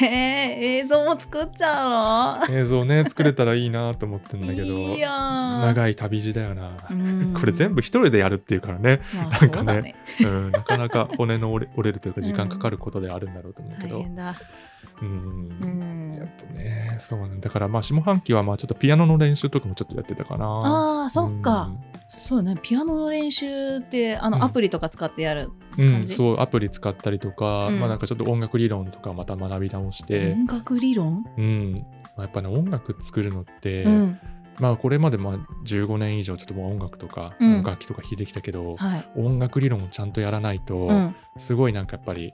[SPEAKER 2] 映像も作っちゃう
[SPEAKER 1] 映像ね作れたらいいなと思ってん
[SPEAKER 2] の
[SPEAKER 1] だけど
[SPEAKER 2] いいや
[SPEAKER 1] 長い旅路だよな、これ全
[SPEAKER 2] 部
[SPEAKER 1] 部一人でやるっていうからね、
[SPEAKER 2] な
[SPEAKER 1] な
[SPEAKER 2] ん
[SPEAKER 1] ん
[SPEAKER 2] か
[SPEAKER 1] かね
[SPEAKER 2] ねね
[SPEAKER 1] うん、なかなか骨の折れ折れるというか時
[SPEAKER 2] うん
[SPEAKER 1] 間かかることではあるんだろうと思うけ
[SPEAKER 2] 大
[SPEAKER 1] ど、
[SPEAKER 2] 変だ
[SPEAKER 1] うん
[SPEAKER 2] うん
[SPEAKER 1] やっぱねそうなんだからまあ下半期はまあちょっとピアノの練習とかもちょっとやってたかな。
[SPEAKER 2] あーそっか、そうねピアノの練習ってあ
[SPEAKER 1] う
[SPEAKER 2] の
[SPEAKER 1] ん
[SPEAKER 2] アプリとか使ってやる、
[SPEAKER 1] うん、
[SPEAKER 2] 感
[SPEAKER 1] うん
[SPEAKER 2] じ
[SPEAKER 1] そうアプリ使ったりとか、
[SPEAKER 2] うん
[SPEAKER 1] まあなんかちょっと音楽理論とかまた学び直して、
[SPEAKER 2] 音楽理論、
[SPEAKER 1] うんまあ、やっぱね音楽作るのって、
[SPEAKER 2] うん
[SPEAKER 1] まあこれまでまあ15年以上ちょっともう音楽とか、
[SPEAKER 2] うん
[SPEAKER 1] 楽器とか弾いてきたけど、
[SPEAKER 2] はい、
[SPEAKER 1] 音楽理論をちゃんとやらないと、
[SPEAKER 2] うん、
[SPEAKER 1] すごいなんかやっぱり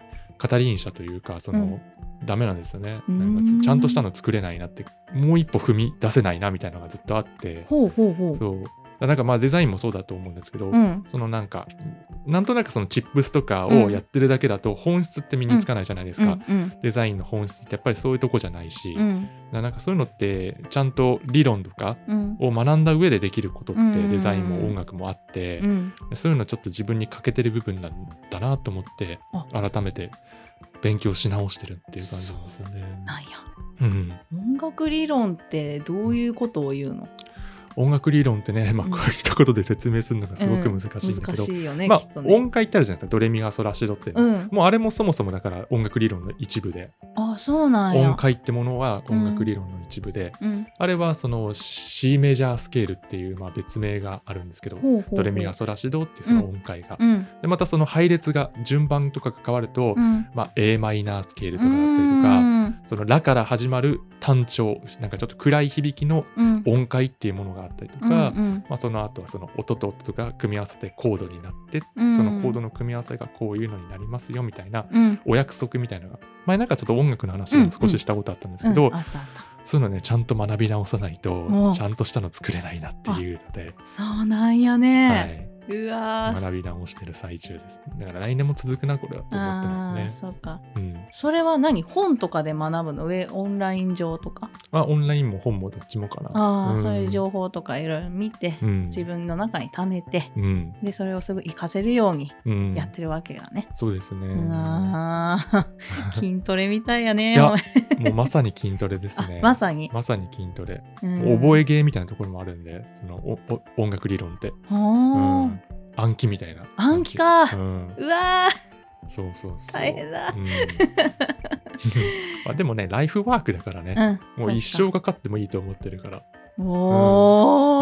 [SPEAKER 1] 語り者というかその、
[SPEAKER 2] うん
[SPEAKER 1] ダメなんですよね
[SPEAKER 2] うーん
[SPEAKER 1] なんかつちゃんとしたの作れないなってもう一歩踏み出せないなみたいなのがずっとあって
[SPEAKER 2] ほうほうほう
[SPEAKER 1] そうだなんかまあデザインもそうだと思うんですけど、
[SPEAKER 2] うん
[SPEAKER 1] そのなんかなんとなくそのチップスとか
[SPEAKER 2] うん
[SPEAKER 1] をやってるだけだと本質って身につかないじゃないですか、
[SPEAKER 2] うん
[SPEAKER 1] デザインの本質ってやっぱりそういうとこじゃないし、
[SPEAKER 2] うんうん
[SPEAKER 1] なんかそういうのってちゃんと理論とか
[SPEAKER 2] うん
[SPEAKER 1] を学んだ上でできることっ
[SPEAKER 2] うんうんう
[SPEAKER 1] て
[SPEAKER 2] ん
[SPEAKER 1] デザインも音楽もあって、
[SPEAKER 2] うん
[SPEAKER 1] そういうのちょっと自分に欠けてる部分なんだなと思って改めて勉強し直してるっていう感じなんですよね。
[SPEAKER 2] なんや
[SPEAKER 1] うん、
[SPEAKER 2] 音楽理論ってどういうことを言うの
[SPEAKER 1] 音楽理論ってね、まあ、
[SPEAKER 2] うん
[SPEAKER 1] こう一言で説明するのがすごく難しいんだけ
[SPEAKER 2] 難
[SPEAKER 1] ど、
[SPEAKER 2] しいよね、
[SPEAKER 1] まあ
[SPEAKER 2] きっと、ね
[SPEAKER 1] 音階ってあるじゃないですかドレミファソラシドって、
[SPEAKER 2] うん
[SPEAKER 1] もうあれもそもそもだから音楽理論の一部で
[SPEAKER 2] あそうなんや
[SPEAKER 1] 音階ってものは音楽理論の一部で、
[SPEAKER 2] うん
[SPEAKER 1] あれはその C メジャースケールっていうまあ別名があるんですけど、
[SPEAKER 2] ほうほうほう
[SPEAKER 1] ドレミファソラシドっていうその音階が、
[SPEAKER 2] うん
[SPEAKER 1] でまたその配列が順番とかが変わると、
[SPEAKER 2] うん
[SPEAKER 1] まあ、a マイナースケールとかだったりとか、その「ラ」から始まる単調なんかちょっと暗い響きの
[SPEAKER 2] うん
[SPEAKER 1] 音階っていうものがあったりとか、
[SPEAKER 2] うん
[SPEAKER 1] まあ、その後はその音と音が組み合わせてコードになって、
[SPEAKER 2] うん
[SPEAKER 1] そのコードの組み合わせがこういうのになりますよみたいな
[SPEAKER 2] うんうん
[SPEAKER 1] お約束みたいなのが前なんかちょっと音楽の話を少ししたことあったんですけど、
[SPEAKER 2] うんあったあった
[SPEAKER 1] そういうのねちゃんと学び直さない
[SPEAKER 2] うん
[SPEAKER 1] とちゃんとしたの作れないなっていうので、
[SPEAKER 2] そうなんや
[SPEAKER 1] は
[SPEAKER 2] ね、
[SPEAKER 1] い、
[SPEAKER 2] うわー
[SPEAKER 1] 学び直してる最中ですだから来年も続くなこれはと思って
[SPEAKER 2] あー
[SPEAKER 1] ますね。
[SPEAKER 2] そうか
[SPEAKER 1] うん
[SPEAKER 2] それは何本とかで学ぶの上オンライン上とか
[SPEAKER 1] まあ、オンラインも本もどっちもかな。
[SPEAKER 2] ああ、
[SPEAKER 1] ん
[SPEAKER 2] そういう情報とかいろいろ見て、
[SPEAKER 1] うん
[SPEAKER 2] 自分の中に貯めて
[SPEAKER 1] うん
[SPEAKER 2] でそれをすぐ活かせるように
[SPEAKER 1] うん、
[SPEAKER 2] やってるわけだね、
[SPEAKER 1] そうですね。
[SPEAKER 2] うわ ー筋トレみたいやね
[SPEAKER 1] いや
[SPEAKER 2] お前
[SPEAKER 1] もうまさに筋トレです
[SPEAKER 2] あ
[SPEAKER 1] ね。
[SPEAKER 2] まさに、
[SPEAKER 1] まさに筋トレ。
[SPEAKER 2] うん
[SPEAKER 1] 覚え芸みたいなところもあるんで、そのおお音楽理論って、
[SPEAKER 2] ほ
[SPEAKER 1] う
[SPEAKER 2] ー
[SPEAKER 1] ん、暗記みたいな。
[SPEAKER 2] 暗記か
[SPEAKER 1] うん、
[SPEAKER 2] うわ
[SPEAKER 1] そうそうそう。
[SPEAKER 2] 大変だ
[SPEAKER 1] うん まあでもね、ライフワークだからね。
[SPEAKER 2] ー、うん、
[SPEAKER 1] もう一
[SPEAKER 2] そっ
[SPEAKER 1] 生かかってもいいと思ってるから、
[SPEAKER 2] かお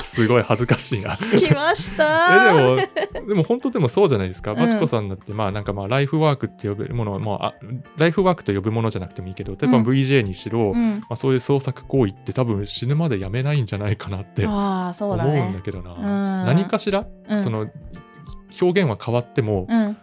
[SPEAKER 1] すごい恥ずかしいな。
[SPEAKER 2] 来まし
[SPEAKER 1] え
[SPEAKER 2] たー
[SPEAKER 1] でも、でも本当でもそうじゃないですか。
[SPEAKER 2] ん
[SPEAKER 1] バチコさんだって、まあなんかまあライフワークって呼ぶものは、まああ、ライフワークと呼ぶものじゃなくてもいいけど、例えば
[SPEAKER 2] うん
[SPEAKER 1] VJ にしろ、
[SPEAKER 2] うん
[SPEAKER 1] まあ、そういう創作行為って多分死ぬまでやめないんじゃないかなって思
[SPEAKER 2] ああそううんだ
[SPEAKER 1] だ
[SPEAKER 2] ね
[SPEAKER 1] けどな、
[SPEAKER 2] ん
[SPEAKER 1] 何かしら、
[SPEAKER 2] うん
[SPEAKER 1] その表現は変わっても
[SPEAKER 2] うん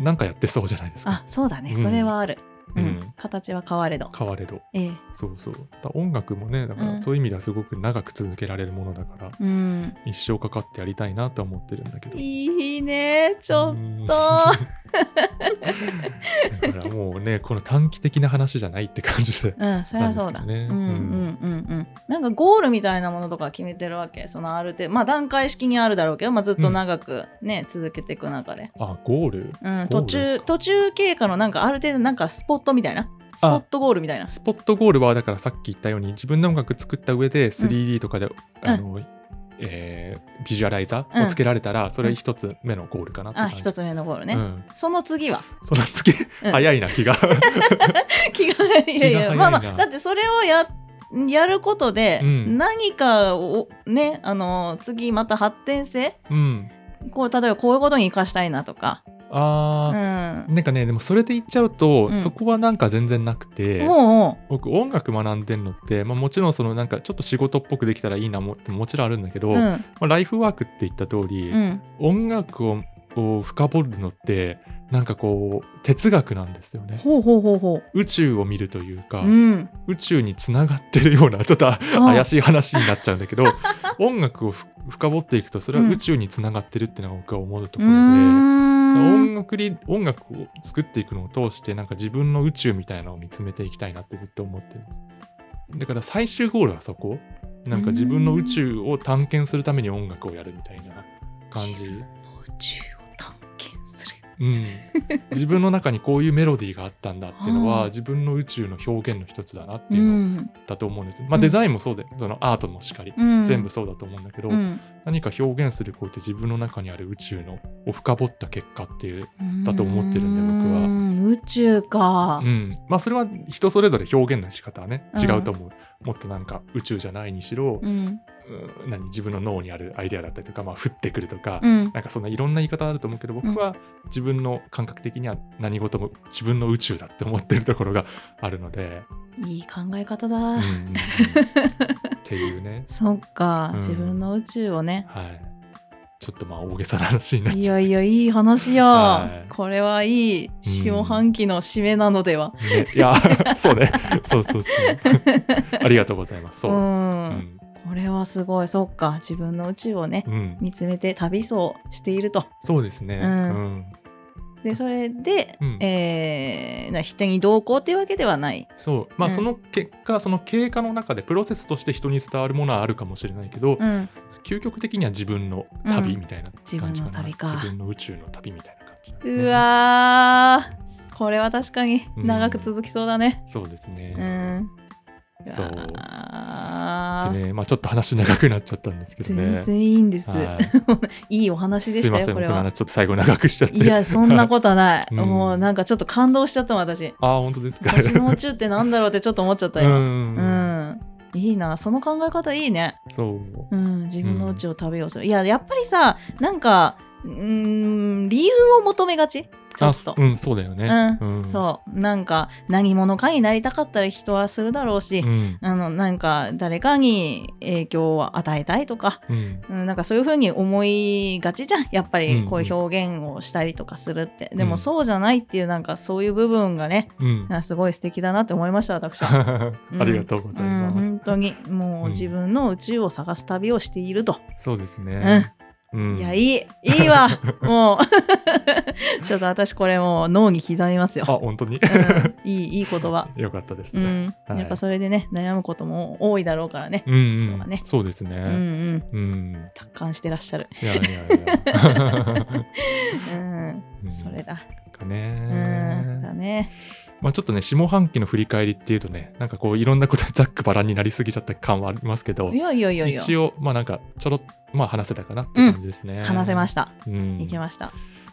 [SPEAKER 1] なんかやってそうじゃないですか
[SPEAKER 2] あ、そうだね、
[SPEAKER 1] うん
[SPEAKER 2] それはあるうん
[SPEAKER 1] うん
[SPEAKER 2] 形は変われど、
[SPEAKER 1] 変われど
[SPEAKER 2] ええ
[SPEAKER 1] そうそうだから音楽もねだか
[SPEAKER 2] う
[SPEAKER 1] ら
[SPEAKER 2] ん
[SPEAKER 1] そういう意味ではすごく長く続けられるものだから、
[SPEAKER 2] うん、
[SPEAKER 1] 一生かかってやりたいなとは思ってるんだけど
[SPEAKER 2] いいねちょっ
[SPEAKER 1] っ
[SPEAKER 2] と
[SPEAKER 1] だからもうねこの短期的な話じゃないって感じで
[SPEAKER 2] うんそりゃそうだ
[SPEAKER 1] なんです
[SPEAKER 2] う
[SPEAKER 1] け
[SPEAKER 2] ん
[SPEAKER 1] どね
[SPEAKER 2] うんうんうんなんかゴールみたいなものとか決めてるわけそのある程度まあ段階式にあるだろうけど、まあ、ずっと長くね、続けていく中で、
[SPEAKER 1] あゴール
[SPEAKER 2] う
[SPEAKER 1] ゴー
[SPEAKER 2] ん、途
[SPEAKER 1] ル
[SPEAKER 2] 中途中経過のなんかある程度なんかスポットみたいなスポットゴールみたいな
[SPEAKER 1] スポットゴールはだからさっき言ったように自分の音楽作った上で 3D とかで、あのえービジュアライザーをつけられたら、それ一つ目のゴールかなって
[SPEAKER 2] あ
[SPEAKER 1] 感じ。
[SPEAKER 2] 一つ目のゴールね、
[SPEAKER 1] うん、
[SPEAKER 2] その次は
[SPEAKER 1] その月、
[SPEAKER 2] うん
[SPEAKER 1] 早いな 気が。
[SPEAKER 2] 気がいやい
[SPEAKER 1] 気が早い
[SPEAKER 2] や
[SPEAKER 1] な
[SPEAKER 2] まあまあだってそれをややることで、
[SPEAKER 1] うん
[SPEAKER 2] 何かをねあの次また発展性
[SPEAKER 1] うん、
[SPEAKER 2] こう例えばこういうことに生かしたいなとか、う
[SPEAKER 1] あ
[SPEAKER 2] ん
[SPEAKER 1] ー、なんかねでもそれで言っちゃうと、
[SPEAKER 2] うん
[SPEAKER 1] そこはなんか全然なくて。
[SPEAKER 2] も
[SPEAKER 1] 僕音楽学んでるのって、まあ、もちろんそのなんかちょっと仕事っぽくできたらいいなもってもちろんあるんだけど、
[SPEAKER 2] う、う
[SPEAKER 1] ま
[SPEAKER 2] ん
[SPEAKER 1] あ、ライフワークって言った通り、
[SPEAKER 2] うん、
[SPEAKER 1] 音楽をを深掘るのってなんかこう哲学なんですよね
[SPEAKER 2] ほうほうほうほ
[SPEAKER 1] 宇宙を見るというか、
[SPEAKER 2] う、うん、
[SPEAKER 1] 宇宙につながってるようなちょっとあ怪
[SPEAKER 2] し
[SPEAKER 1] しい話になっちゃうんだ けど音楽をふ深掘っていくとそれは宇宙につながってるっていうのが僕は思うところで。音楽り音楽を作っていくのを通してなんか自分の宇宙みたいなのを見つめていきたいなってずっと思ってますだから最終ゴールはそこなんか自分の宇宙を探検するために音楽をやるみたいな感じ、
[SPEAKER 2] 宇宙を探検する
[SPEAKER 1] うん、自分の中にこういうメロディーがあったんだっていうの
[SPEAKER 2] はあ
[SPEAKER 1] は自分の宇宙の表現の一つだなって
[SPEAKER 2] う
[SPEAKER 1] いうの
[SPEAKER 2] ん
[SPEAKER 1] だと思うんですよ、ま
[SPEAKER 2] う
[SPEAKER 1] あ
[SPEAKER 2] ん
[SPEAKER 1] デザインもそうでそのアートもしかり、
[SPEAKER 2] うん、
[SPEAKER 1] 全部そうだと思うんだけど、
[SPEAKER 2] うん
[SPEAKER 1] 何か表現するこうやって自分の中にある宇宙のを深掘った結果っていうだと思ってるんで僕は
[SPEAKER 2] うん宇宙か
[SPEAKER 1] う、ん、まあそれは人それぞれ表現の仕方はね
[SPEAKER 2] うん
[SPEAKER 1] 違うと思う、もっとなんか宇宙じゃないにしろ、
[SPEAKER 2] う
[SPEAKER 1] う
[SPEAKER 2] ん
[SPEAKER 1] ん何自分の脳にあるアイデアだったりとか、まあ、降ってくるとか、
[SPEAKER 2] う
[SPEAKER 1] な
[SPEAKER 2] ん、
[SPEAKER 1] んかそんないろんな言い方あると思うけど僕は自分の感覚的には何事も自分の宇宙だって思ってるところがあるので、
[SPEAKER 2] いい考え方だ、
[SPEAKER 1] うんうんうんっていうね、
[SPEAKER 2] そっか、
[SPEAKER 1] うん
[SPEAKER 2] 自分の宇宙をね
[SPEAKER 1] はい、ちょっとまあ大げさな話になっ
[SPEAKER 2] い
[SPEAKER 1] ちゃう。
[SPEAKER 2] やいやいい話よ、
[SPEAKER 1] はい
[SPEAKER 2] これはいい下半期の締めなのでは、
[SPEAKER 1] ね、いやそうねそうそうそう ありがとうございますそうう、うんん
[SPEAKER 2] これはすごいそっか自分の宇宙をね
[SPEAKER 1] うん、
[SPEAKER 2] 見つめて旅走していると
[SPEAKER 1] そうですね、
[SPEAKER 2] うん
[SPEAKER 1] うん、
[SPEAKER 2] でそれで、
[SPEAKER 1] うん
[SPEAKER 2] えーな人に同行っていうわけではない
[SPEAKER 1] そうまあ
[SPEAKER 2] うん
[SPEAKER 1] その結果、その経過の中でプロセスとして人に伝わるものはあるかもしれないけど、
[SPEAKER 2] うん
[SPEAKER 1] 究極的には自分の旅みたいな
[SPEAKER 2] うん
[SPEAKER 1] 感じかな、
[SPEAKER 2] 自分の旅か
[SPEAKER 1] 自分の宇宙の旅みたいな感じだね、
[SPEAKER 2] うわーこれは確かに
[SPEAKER 1] うん
[SPEAKER 2] 長く続きそうだね
[SPEAKER 1] そうです
[SPEAKER 2] う
[SPEAKER 1] ね、
[SPEAKER 2] ん、
[SPEAKER 1] そう
[SPEAKER 2] わー
[SPEAKER 1] でねまあちょっと話長くなっちゃったんですけどね
[SPEAKER 2] 全然いいんです、
[SPEAKER 1] はい
[SPEAKER 2] い、いお話でし
[SPEAKER 1] すい
[SPEAKER 2] た
[SPEAKER 1] ま
[SPEAKER 2] よ
[SPEAKER 1] せん
[SPEAKER 2] こ
[SPEAKER 1] 僕
[SPEAKER 2] れ
[SPEAKER 1] の
[SPEAKER 2] は
[SPEAKER 1] 話ちょっと最後長くしちゃって
[SPEAKER 2] いやそんなことない、
[SPEAKER 1] うん
[SPEAKER 2] もうなんかちょっと感動しちゃったもん 私
[SPEAKER 1] ああ本当ですか
[SPEAKER 2] 私の宇宙ってなんだろうってちょっと思っちゃった
[SPEAKER 1] う
[SPEAKER 2] よ、
[SPEAKER 1] ん、
[SPEAKER 2] うんいいなその考え方いいね、
[SPEAKER 1] そう
[SPEAKER 2] うん、自分の宇宙を旅をする、いややっぱりさなんかうーん理由を求めがちちょ
[SPEAKER 1] あ
[SPEAKER 2] っ
[SPEAKER 1] そ
[SPEAKER 2] と、
[SPEAKER 1] うんそうだよね、
[SPEAKER 2] うんそうなんか何者かになりたかったら人はするだろうし、
[SPEAKER 1] うん
[SPEAKER 2] あのなんか誰かに影響を与えたいとか、
[SPEAKER 1] うん
[SPEAKER 2] うん、なんかそういうふうに思いがちじゃんやっぱ
[SPEAKER 1] うんう
[SPEAKER 2] り
[SPEAKER 1] ん
[SPEAKER 2] こういう表現をしたりとかするって、で
[SPEAKER 1] う
[SPEAKER 2] も
[SPEAKER 1] ん
[SPEAKER 2] そうじゃないっていうなんかそういう部分がね
[SPEAKER 1] うん
[SPEAKER 2] あすごい素敵だなって思いました私 は。
[SPEAKER 1] ありがとうござい
[SPEAKER 2] うん、
[SPEAKER 1] ます、
[SPEAKER 2] 本当にもう
[SPEAKER 1] うん
[SPEAKER 2] 自分の宇宙を探す旅をしていると、
[SPEAKER 1] そうですね、うん
[SPEAKER 2] いやいいい いわもう ちょっと私これもう脳に刻みます
[SPEAKER 1] あ
[SPEAKER 2] よ、
[SPEAKER 1] 本当に
[SPEAKER 2] うん、いいいい言葉、
[SPEAKER 1] よかったです
[SPEAKER 2] う
[SPEAKER 1] ね。
[SPEAKER 2] ん
[SPEAKER 1] はい
[SPEAKER 2] やっぱそれでね悩むことも多いだろうからね、
[SPEAKER 1] うん、うん
[SPEAKER 2] 人はね
[SPEAKER 1] そうです
[SPEAKER 2] うん、う
[SPEAKER 1] ね。
[SPEAKER 2] ん
[SPEAKER 1] うん、
[SPEAKER 2] 達観してらっしゃる、
[SPEAKER 1] いやいやい や。
[SPEAKER 2] うん、
[SPEAKER 1] うん
[SPEAKER 2] それだ、
[SPEAKER 1] か
[SPEAKER 2] うん、だ
[SPEAKER 1] ね。
[SPEAKER 2] ね
[SPEAKER 1] まあちょっとね下半期の振り返りっていうとね、なんかこういろんなことでざっくばらんになりすぎちゃった感はありますけど
[SPEAKER 2] い、やいやいやいや
[SPEAKER 1] 一応まあなんかちょろっまあ話せたかなって感じですね。
[SPEAKER 2] 話せま
[SPEAKER 1] し
[SPEAKER 2] した、
[SPEAKER 1] た。うん。
[SPEAKER 2] いけました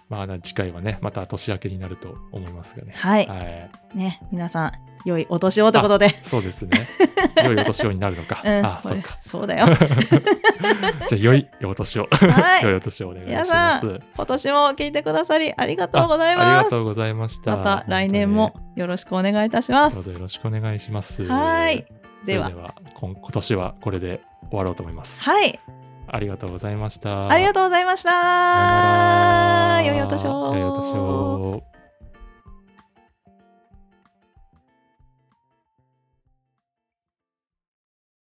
[SPEAKER 1] まあ次回はねまた年明けになると思いますがね。
[SPEAKER 2] はい、
[SPEAKER 1] はい。
[SPEAKER 2] ね皆さん良いお年をということで
[SPEAKER 1] そう ですね。良いお年をになるのか。
[SPEAKER 2] うん
[SPEAKER 1] あ、
[SPEAKER 2] こ
[SPEAKER 1] そ
[SPEAKER 2] れ
[SPEAKER 1] うか。
[SPEAKER 2] そうだよ
[SPEAKER 1] じゃあ良いお年を。
[SPEAKER 2] は
[SPEAKER 1] 良い
[SPEAKER 2] い
[SPEAKER 1] お年をお願い
[SPEAKER 2] 皆
[SPEAKER 1] し
[SPEAKER 2] さ
[SPEAKER 1] ま
[SPEAKER 2] ん
[SPEAKER 1] す。
[SPEAKER 2] 今年も聞いてくださりありがとうござ
[SPEAKER 1] あ
[SPEAKER 2] い
[SPEAKER 1] あ
[SPEAKER 2] ま
[SPEAKER 1] りが
[SPEAKER 2] す
[SPEAKER 1] とうございました。
[SPEAKER 2] また来年もよろしくお願いいたし
[SPEAKER 1] 本
[SPEAKER 2] ま
[SPEAKER 1] 当に。どう
[SPEAKER 2] す
[SPEAKER 1] ぞよろしくお願いします。
[SPEAKER 2] はい
[SPEAKER 1] それ
[SPEAKER 2] で
[SPEAKER 1] で
[SPEAKER 2] は
[SPEAKER 1] は今今年はこれで終わろうと思います。い。
[SPEAKER 2] はい
[SPEAKER 1] ありがとうございました。
[SPEAKER 2] ありがとうございまし
[SPEAKER 1] さよな
[SPEAKER 2] た
[SPEAKER 1] ら
[SPEAKER 2] 良いお年を
[SPEAKER 1] 良いお年を。